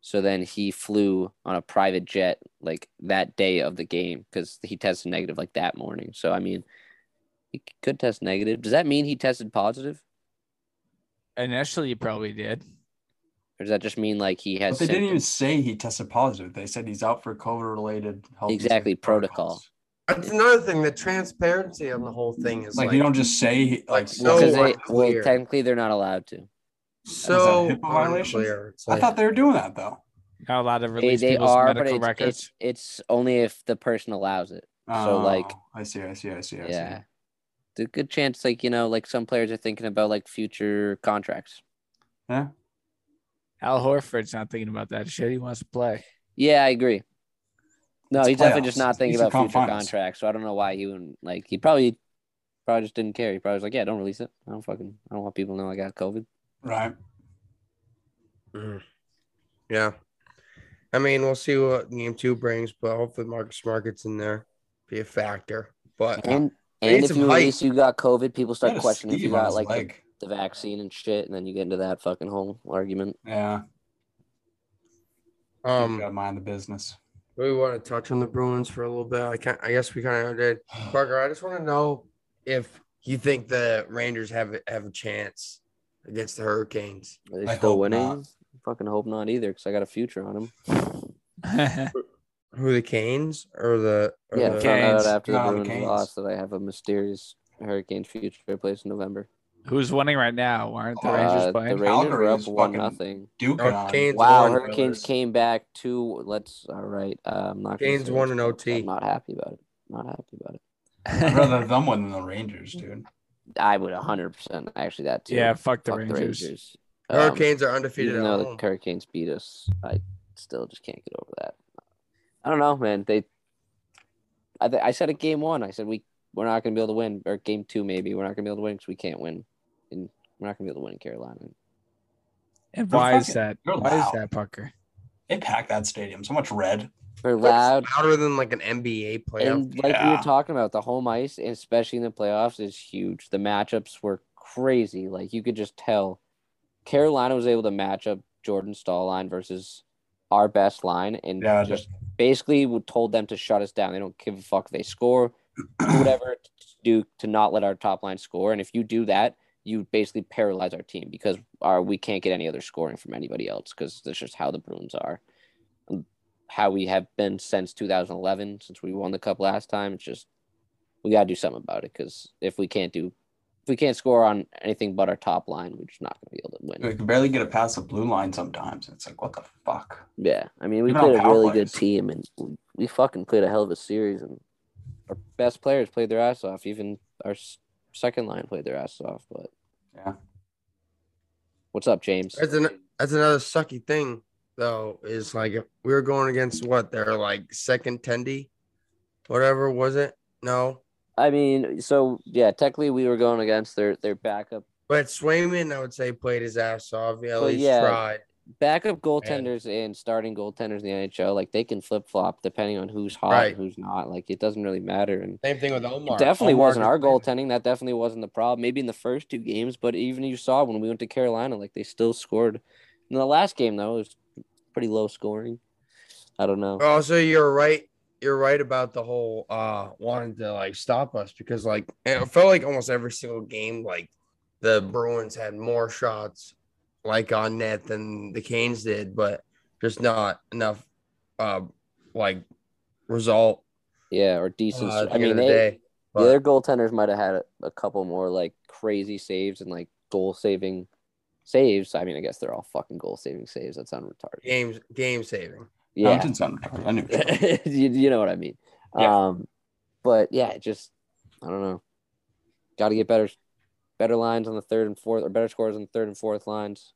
E: So then he flew on a private jet like that day of the game because he tested negative like that morning. So I mean, he could test negative. Does that mean he tested positive,
H: initially you probably did.
E: or does that just mean like he
C: But
E: has
C: they didn't even
E: symptoms?
C: say he tested positive. They said he's out for COVID-related health. and
E: Exactly,
C: safety
E: protocol.
C: protocols.
G: That's another thing. The transparency on the whole thing is
C: Like,
G: like,
C: you don't just say like.
G: like,
E: Well,
G: so
E: 'cause they, well,
G: unclear.
E: technically they're not allowed to.
G: so
C: Is that HIPAA violation?
G: unclear. It's
C: I
G: like-
C: thought they were doing that though.
H: Not allowed to
E: They,
H: release
E: they
H: people's
E: are, but
H: medical
E: it's,
H: records.
E: it's it's only if the person allows it. So, like-
C: Oh, I see, I see, I see, I
E: yeah,
C: see.
E: there's a good chance, like you know, like some players are thinking about like future contracts.
C: Yeah.
H: Al Horford's not thinking about that shit. He wants to play. <laughs>
E: Yeah, I agree. No,
C: It's
E: he's definitely just
C: playoffs.
E: not thinking
C: Eastern
E: about future
C: Conference.
E: contracts. So I don't know why he wouldn't like. He probably probably just didn't care. He probably was like, yeah, don't release it. I don't fucking. I don't want people to know I got COVID.
C: Right.
G: Mm. Yeah. I mean, we'll see what game two brings, but hopefully Marcus Smart gets in there, be a factor. But
E: And
G: They need
E: and if
G: some
E: you
G: hype.
E: release you got COVID, people
C: He
E: start
C: had a
E: questioning if you
C: sleeve on
E: got
C: his
E: like the,
C: leg.
E: the vaccine and shit, and then you get into that fucking whole argument.
C: Yeah. Um,
G: um,
C: gotta mind the business.
G: we want to touch on the Bruins for a little bit. I can not I guess we kind of did. Parker, I just want to know if you think the Rangers have a- have a chance against the Hurricanes.
E: Are they
C: I
E: still
C: hope
E: winning?
C: not.
E: Fucking hope not either, because I got a future on him.
G: Who the Canes or the or
E: yeah, I
G: the-
E: found
H: Canes.
E: out after the
C: No, the
E: Bruins
C: Canes.
E: lost that I have a mysterious Hurricanes future place in November.
H: Who's winning right now? Aren't the Rangers
E: Uh,
H: playing?
E: the Rangers
C: Calgary
E: were up
C: is
E: one
C: fucking-
E: nothing.
C: Duke
G: Oh,
C: and I-
G: Kane's
E: Wow,
G: won.
E: Hurricanes came back two. Let's all right. Uh, I'm not. gonna
G: Canes
E: say
G: won
E: it's
G: in
E: close.
G: OT.
E: I'm not happy about it. Not happy about it.
C: I'd <laughs> rather them win than the Rangers, dude.
E: I would 100 percent actually that too.
H: yeah, fuck the
E: Fuck
H: Rangers.
E: Um,
G: Hurricanes are undefeated at
E: even though the
G: home.
E: Hurricanes beat us, I still just can't get over that. I don't know, man. They, I, th- I said at game one, I said we we're not going to be able to win, or game two maybe we're not going to be able to win because we can't win, and we're not going to be able to win in Carolina.
H: And
C: They're
H: why is
C: fucking-
H: that?
C: they're
H: Why is
C: loud.
H: that, Pucker?
C: They packed that stadium. So much red.
E: We're
G: That's
E: loud,
G: louder than like an NBA playoff.
E: and like we were
C: Yeah.
E: talking about, the home ice, and especially in the playoffs, is huge. The matchups were crazy. Like you could just tell, Carolina was able to match up Jordan Stahl line versus our best line, and
C: Yeah,
E: just basically we told them to shut us down. They don't give a fuck if they score, do whatever to do to not let our top line score. And if you do that, you basically paralyze our team because our we can't get any other scoring from anybody else because that's just how the Bruins are, Um, how we have been since 2011, since we won the cup last time. It's just we gotta do something about it because if we can't do if we can't score on anything but our top line, we're just not gonna be able to win.
C: We can barely get it past the blue line sometimes. It's like, what the fuck?
E: Yeah, I mean, we
C: Even
E: played
C: on
E: a
C: power
E: really good
C: plays.
E: team, and we- we fucking played a hell of a series, and our best players played their ass off. Even our s- second line played their ass off. But
C: Yeah.
E: what's up, James?
G: That's an that's another sucky thing though. Is like if we were going against what they're like second tendy, whatever was it? No,
E: I mean, so yeah, technically we were going against their their backup
G: but Swayman, I would say played his ass off. He at
E: Well,
G: least
E: yeah.
G: tried.
E: backup goaltenders and starting goaltenders in the NHL. Like they can flip flop depending on who's hot, and
G: Right.
E: who's not. Like it doesn't really matter, and
G: Same thing with Omar.
E: It definitely
G: Omar
E: wasn't
G: could
E: our
G: play-
E: goaltending. That definitely wasn't the problem. Maybe in the first two games, but even you saw when we went to Carolina, like they still scored. In the last game, though, it was pretty low scoring. I don't know.
G: Also, Oh, you're right. You're right about the whole uh wanting to like stop us because like it felt like almost every single game like the Bruins had more shots like on net than the Canes did, but just not enough uh like result
E: Yeah, or decent.
G: uh, at the
E: I
G: end
E: mean,
G: of the
E: they,
G: day.
E: the other
G: But
E: goaltenders might have had a, a couple more like crazy saves and like goal saving saves. I mean, I guess they're all fucking goal saving saves. That sound retarded.
G: games game saving.
E: Yeah.
C: Mountains on retarded. I knew. what you
E: <laughs>
C: meant.
E: you, you know what I mean.
G: Yeah.
E: Um, but yeah, it just I don't know. Got to get better, better lines on the third and fourth, or better scores on the third and fourth lines.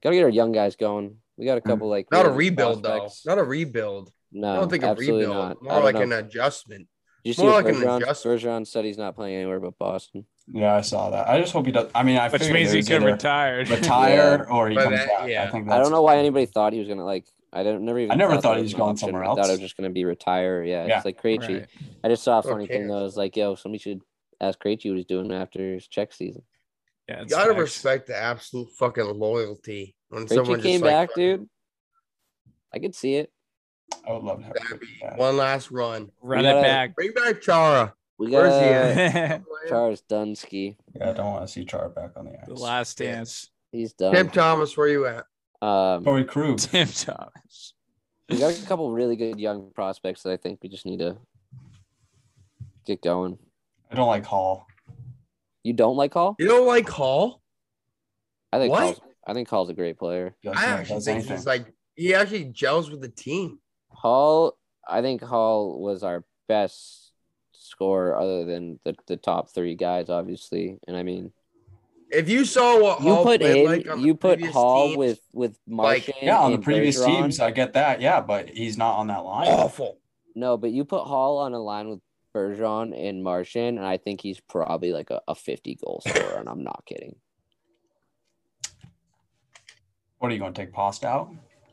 E: Got to get our young guys going. We got a couple like
G: Mm. Not a
E: really
G: rebuild
E: prospects.
G: though. Not a rebuild.
E: No,
G: I don't think a
E: absolutely
G: rebuild.
E: Not. I
G: More
E: don't
G: like
E: know.
G: an adjustment.
E: Did you see
G: more
E: what
G: like an
E: Bergeron,
G: adjustment.
E: Bergeron said he's not playing anywhere but Boston.
C: Yeah, I saw that. I just hope he does. I mean, I
H: Which
C: figured
H: means
C: it
H: he
C: was
H: could
C: either
H: retire.
E: <laughs>
C: retire or he
G: But
C: comes
G: that-
C: back. I
G: yeah.
C: think
E: I
C: that's
E: don't know why anybody thought he was gonna like. I don't never even.
C: never
E: that
C: thought he was
E: an
C: going
E: option.
C: somewhere
E: I thought it was
C: else.
E: just gonna be retire. Yeah,
C: Yeah.
E: it's like Krejci.
H: Right.
E: I just saw a
G: Who
E: funny thing
G: cares?
E: though. I was like, yo, somebody should ask Krejci what he's doing after his check season.
H: Yeah,
G: You
H: it's
G: gotta
H: facts.
G: respect the absolute fucking loyalty when someone
E: Krejci
G: just
E: came
G: like,
E: back,
G: fucking-
E: dude. I could see it.
C: I would love to have
G: That'd
C: him
G: be
C: back.
G: one last run.
H: Run
E: You
H: it
E: gotta-
H: back.
G: Bring back Chara.
E: We got
G: Where's he
E: uh,
H: the
E: Charles Dunsky.
C: Yeah, I don't want to see Char back on the ice.
H: last dance. <laughs>
E: He's
G: Tim
E: done.
G: Thomas, where you at?
E: Um,
C: Corey Krug.
H: Tim Thomas.
E: we got a couple really good young prospects that I think we just need to get going.
C: I don't like Hall.
E: You don't like Hall?
G: You don't like Hall?
E: I think
G: What?
E: Hall's, I think Hall's a great player.
C: He
G: I
C: doesn't
G: actually
C: does
G: think
C: anything.
G: he's like he actually gels with the team.
E: Hall, I think Hall was our best scorer other than the, the top three guys, obviously. And I mean,
G: If you saw what
E: you
G: Hall
E: put
G: played
E: him,
G: like on the
E: you put
G: previous
E: Hall
G: teams,
E: with with
G: like-
E: Martian.
C: yeah, on the
E: and
C: previous
E: Bergeron.
C: teams, I get that. Yeah, but he's not on that line.
G: awful.
E: No, but you put Hall on a line with Bergeron and Martian, and I think he's probably like a, a 50
C: <laughs>
E: goal scorer, and I'm not kidding.
C: What are you going to take Pasta out?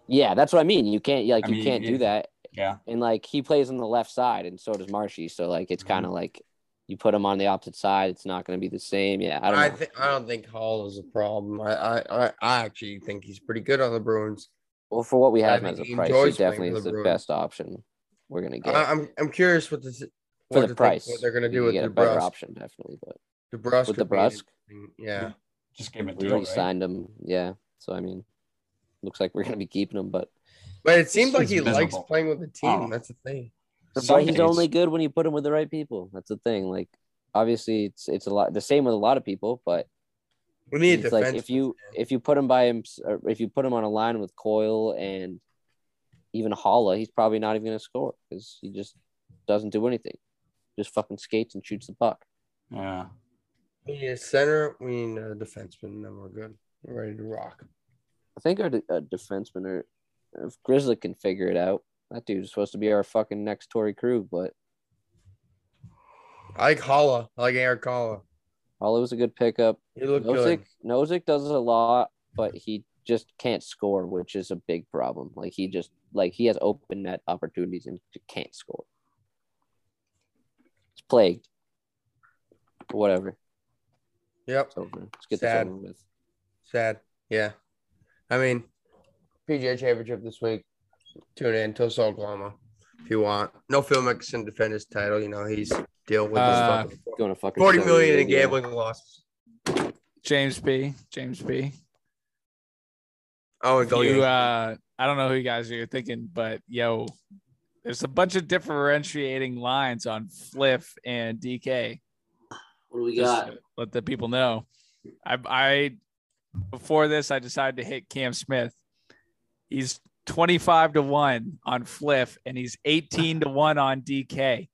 E: Yeah, that's what I mean. You can't like
C: I
E: you
C: mean,
E: can't do
C: yeah.
E: that.
C: Yeah.
E: And like he plays on the left side, and so does Marshy. So like it's
C: Mhm.
E: kind of like you put him on the opposite side, it's not going to be the same. Yeah, I don't
G: I,
E: know.
G: think I don't think Hall is a problem. I, I I- I actually think he's pretty good on the Bruins.
E: well, for what we
G: I
E: have him as
G: think
E: a
G: he
E: price,
G: enjoys
E: he
G: playing
E: definitely
G: for
E: is
G: the
E: the
G: Bruins.
E: best option we're going to get.
G: I, I'm I'm curious what this
E: for
G: what
E: the
G: to think-
E: price,
G: what they're gonna
E: we
G: do
E: could
G: with
E: get a better
G: DeBrusque.
E: option, definitely. But With
G: DeBrusque would be an
E: DeBrusque?
G: interesting- yeah.
C: Just give him a
E: we
C: deal,
E: already
C: right?
E: signed him. Yeah, so I mean, looks like we're going to be keeping him, but
G: But it seems
C: This
G: like he
C: is
G: likes
C: miserable.
G: playing with the team.
C: Oh.
G: That's the thing.
E: but
C: Some
E: he's
C: days-
E: only good when you put him with the right people. That's the thing. Like obviously it's it's a lot the same with a lot of people, but
G: We need a
E: it's like
G: defense.
E: if you if you put him by him or if you put him on a line with Coyle and even Holla, he's probably not even gonna score because he just doesn't do anything. Just fucking skates and shoots the puck.
G: <laughs>
C: Yeah.
G: we need a center. We need a defenseman, and then we're good. We're ready to rock.
E: I think our de- uh, defenseman or if Grizzly can figure it out, that dude's supposed to be our fucking next Tory Crew, but
G: I like Holla. I like Eric Holla.
E: Holla was a good pickup.
G: He looked
E: Nozick
G: good.
E: Nozick does it a lot, but he just can't score, which is a big problem. Like he just like he has open net opportunities and just can't score. It's plagued. Whatever.
G: Yep.
E: It's over. Let's get
G: Sad.
E: this over with.
G: Sad. Yeah. I mean, PGA Championship this week. Tune in to Oklahoma if you want. No Phil Mickelson defend his title. You know he's deal with
H: Uh,
G: his fucking
E: Going to fucking
G: forty
E: show
G: million
E: you,
G: in
E: yeah.
G: gambling losses.
H: James B. James B.
G: Oh, and
H: If
G: go
H: you,
G: Yankees.
H: uh, I don't know who you guys are thinking, but yo, there's a bunch of differentiating lines on Fliff and DK.
E: What do we
H: Just
E: got?
H: to let the people know. I, I before this, I decided to hit Cam Smith. He's 25 to 1 on Fliff and he's 18 to 1 on DK.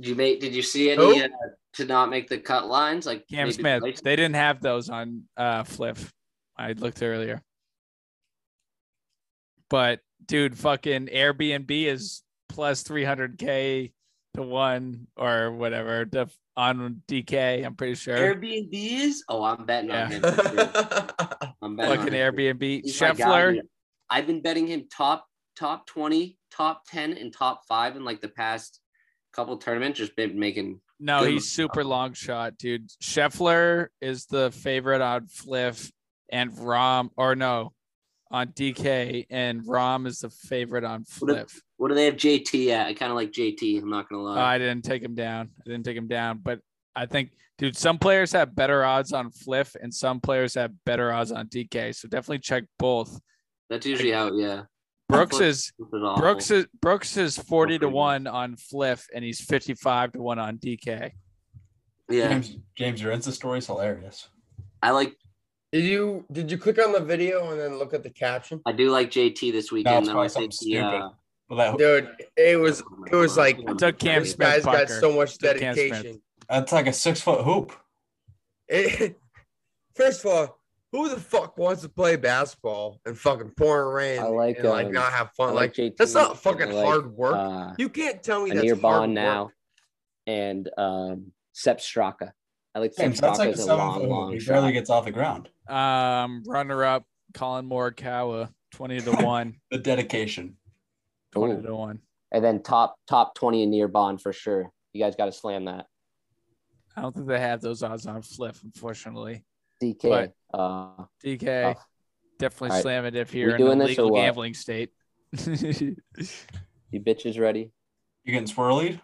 E: Did you make did you see
G: any, Who? uh,
E: to not make the cut lines? Like
H: Cam Smith. They didn't have those on uh Fliff. I looked earlier. But dude, fucking Airbnb is plus 300k to 1 or whatever to, on DK, I'm pretty sure.
E: Airbnb is? Oh, I'm betting
H: on Yeah.
E: him.
H: <laughs>
E: I'm
H: Fucking Airbnb.
E: He's my guy.
H: Scheffler.
E: I've been betting him top top 20, top 10 and top 5 in like the past couple tournaments just been making
H: No,
E: Good
H: he's super long shot, dude. Scheffler is the favorite on Fliff and Rom, or no, on DK, and Rom is the favorite on
E: What if-
H: Fliff.
E: What do they have JT at? I kind of like JT, I'm not going to
H: Uh,
E: lie.
H: I didn't take him down. I didn't take him down, but I think, dude, some players have better odds on Fliff and some players have better odds on DK. So definitely check both.
E: That's usually how yeah.
H: Brooks
E: Fliff
H: is
E: This is awful.
H: Brooks is Brooks is forty to
E: pretty good.
H: one on Fliff, and he's fifty five to one on DK.
E: yeah.
C: James, James, your Insta story's hilarious.
E: I like
G: Did you did you click on the video and then look at the caption?
E: I do like JT this
C: No,
E: weekend
C: it's
E: though.
C: probably
E: I think
C: something
E: he,
C: stupid.
E: uh,
C: Well, that,
G: Dude, it was it was like
H: I took Cam
G: this
H: Smith.
G: guy's got
H: Parker.
G: so much
H: Dude, Cam Smith.
G: dedication.
C: that's like a six foot hoop.
G: It, <laughs> first of all, who the fuck wants to play basketball and fucking pouring rain?
E: I like,
G: and, like
E: um,
G: not have
E: I like
G: fun. Like,
E: JT,
G: that's
E: and
G: not
E: I
G: fucking
E: like,
G: hard work.
E: uh,
G: you can't tell me
E: Anir
G: that's hard
E: Bond now and um Sep Straka. I like Sep
C: James, that's
E: Straka
C: like a
E: is a
C: seven foot
E: long
C: hoop.
E: long
C: he barely
E: shot.
C: gets off the ground.
H: Um, runner up Colin Morikawa, twenty
E: <laughs>
H: to one,
C: The dedication.
H: twenty
E: Ooh.
H: to one.
E: and then top top 20 in near bond for sure you guys got to slam that
H: I don't think they have those odds on Fliff, unfortunately.
E: dk uh
H: DK,
E: Tough.
H: definitely
E: All right.
H: slam it if you're in a
E: doing this or
H: legal
E: what?
H: gambling state. <laughs>
E: you bitches ready
C: You getting swirlied?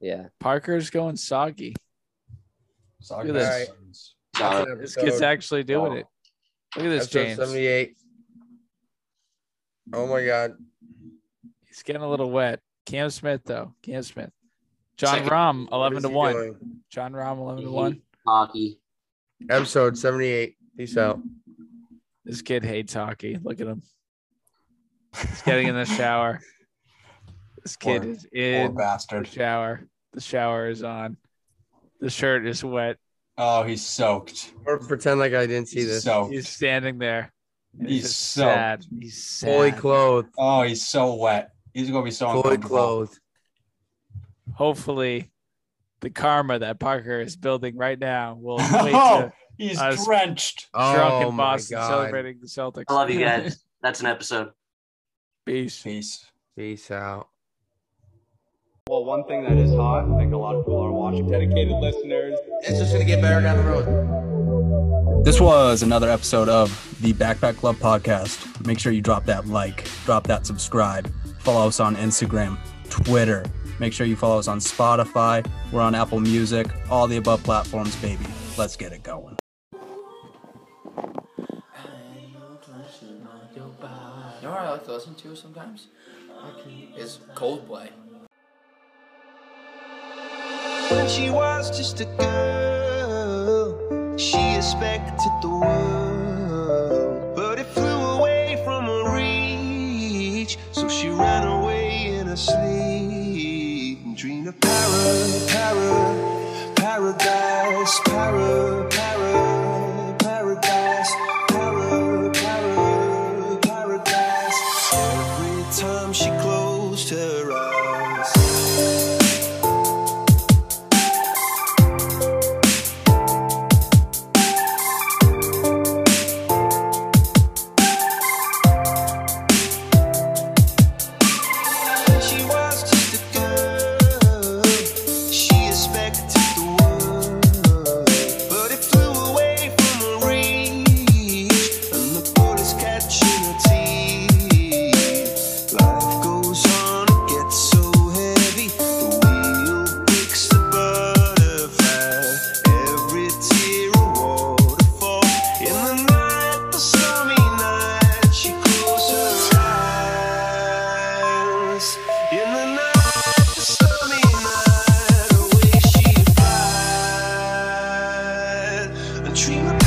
E: yeah
H: Parker's going soggy.
C: Sorry,
H: Look at
C: guys.
G: now.
E: Sorry.
H: This kid's actually doing it. Look at this, James.
G: Seventy-eight. Oh my god,
H: He's getting a little wet. Cam Smith, though. Cam Smith. John
A: Second.
H: Rahm,
G: What
H: eleven
G: is
H: to
G: he
H: one.
G: doing?
H: John Rahm, eleven to one.
E: Hockey.
G: Episode 78. Peace out.
H: This kid hates hockey. Look at him. He's
G: <laughs>
H: getting in the shower. This kid
C: Poor-
H: is
C: Poor
H: in the
C: bastard.
H: shower. The shower is on. The shirt is wet.
C: Oh, he's soaked.
G: Or pretend like I didn't see
C: He's
G: this.
C: soaked.
H: He's standing there. and
C: He's
H: just
C: soaked.
H: sad. He's sad.
G: Fully clothed.
C: Oh, he's so wet. He's gonna be so
G: Fully
C: uncomfortable.
G: clothed.
H: Hopefully, the karma that Parker is building right now
G: <laughs>
H: will lead
C: Oh,
H: to
C: he's
H: I was-
C: drenched.
H: drunk
G: Oh
H: in
G: my
H: Boston
G: god.
H: celebrating the Celtics.
E: I love you guys. That's an episode.
H: <laughs> Peace.
C: Peace.
G: Peace out.
D: Well, one thing that is hot, I think a lot of people are watching. Dedicated listeners.
G: It's just gonna get better down the road.
C: This was another episode of the Backpack Club podcast. Make sure you drop that like, drop that subscribe, follow us on Instagram, Twitter. Make sure you follow us on Spotify. We're on Apple Music, all the above platforms, baby. Let's get it going.
B: You know what I like to listen to sometimes? Is Coldplay.
J: When she was just a girl, she expected the world. But it flew away from her reach, so she ran away in her sleep. and Dreamed of para, para, paradise, para, para, paradise, para, para, paradise. Every time she closed her eyes. She was just a girl. She expected the world, but it flew away from her reach, and the bullets catching her teeth. Life goes on, it gets so heavy. The wheel breaks the butterfly. Every tear a waterfall. In the night, the stormy night, she closed her eyes. In the night, the stormy night, away she flies. A dream of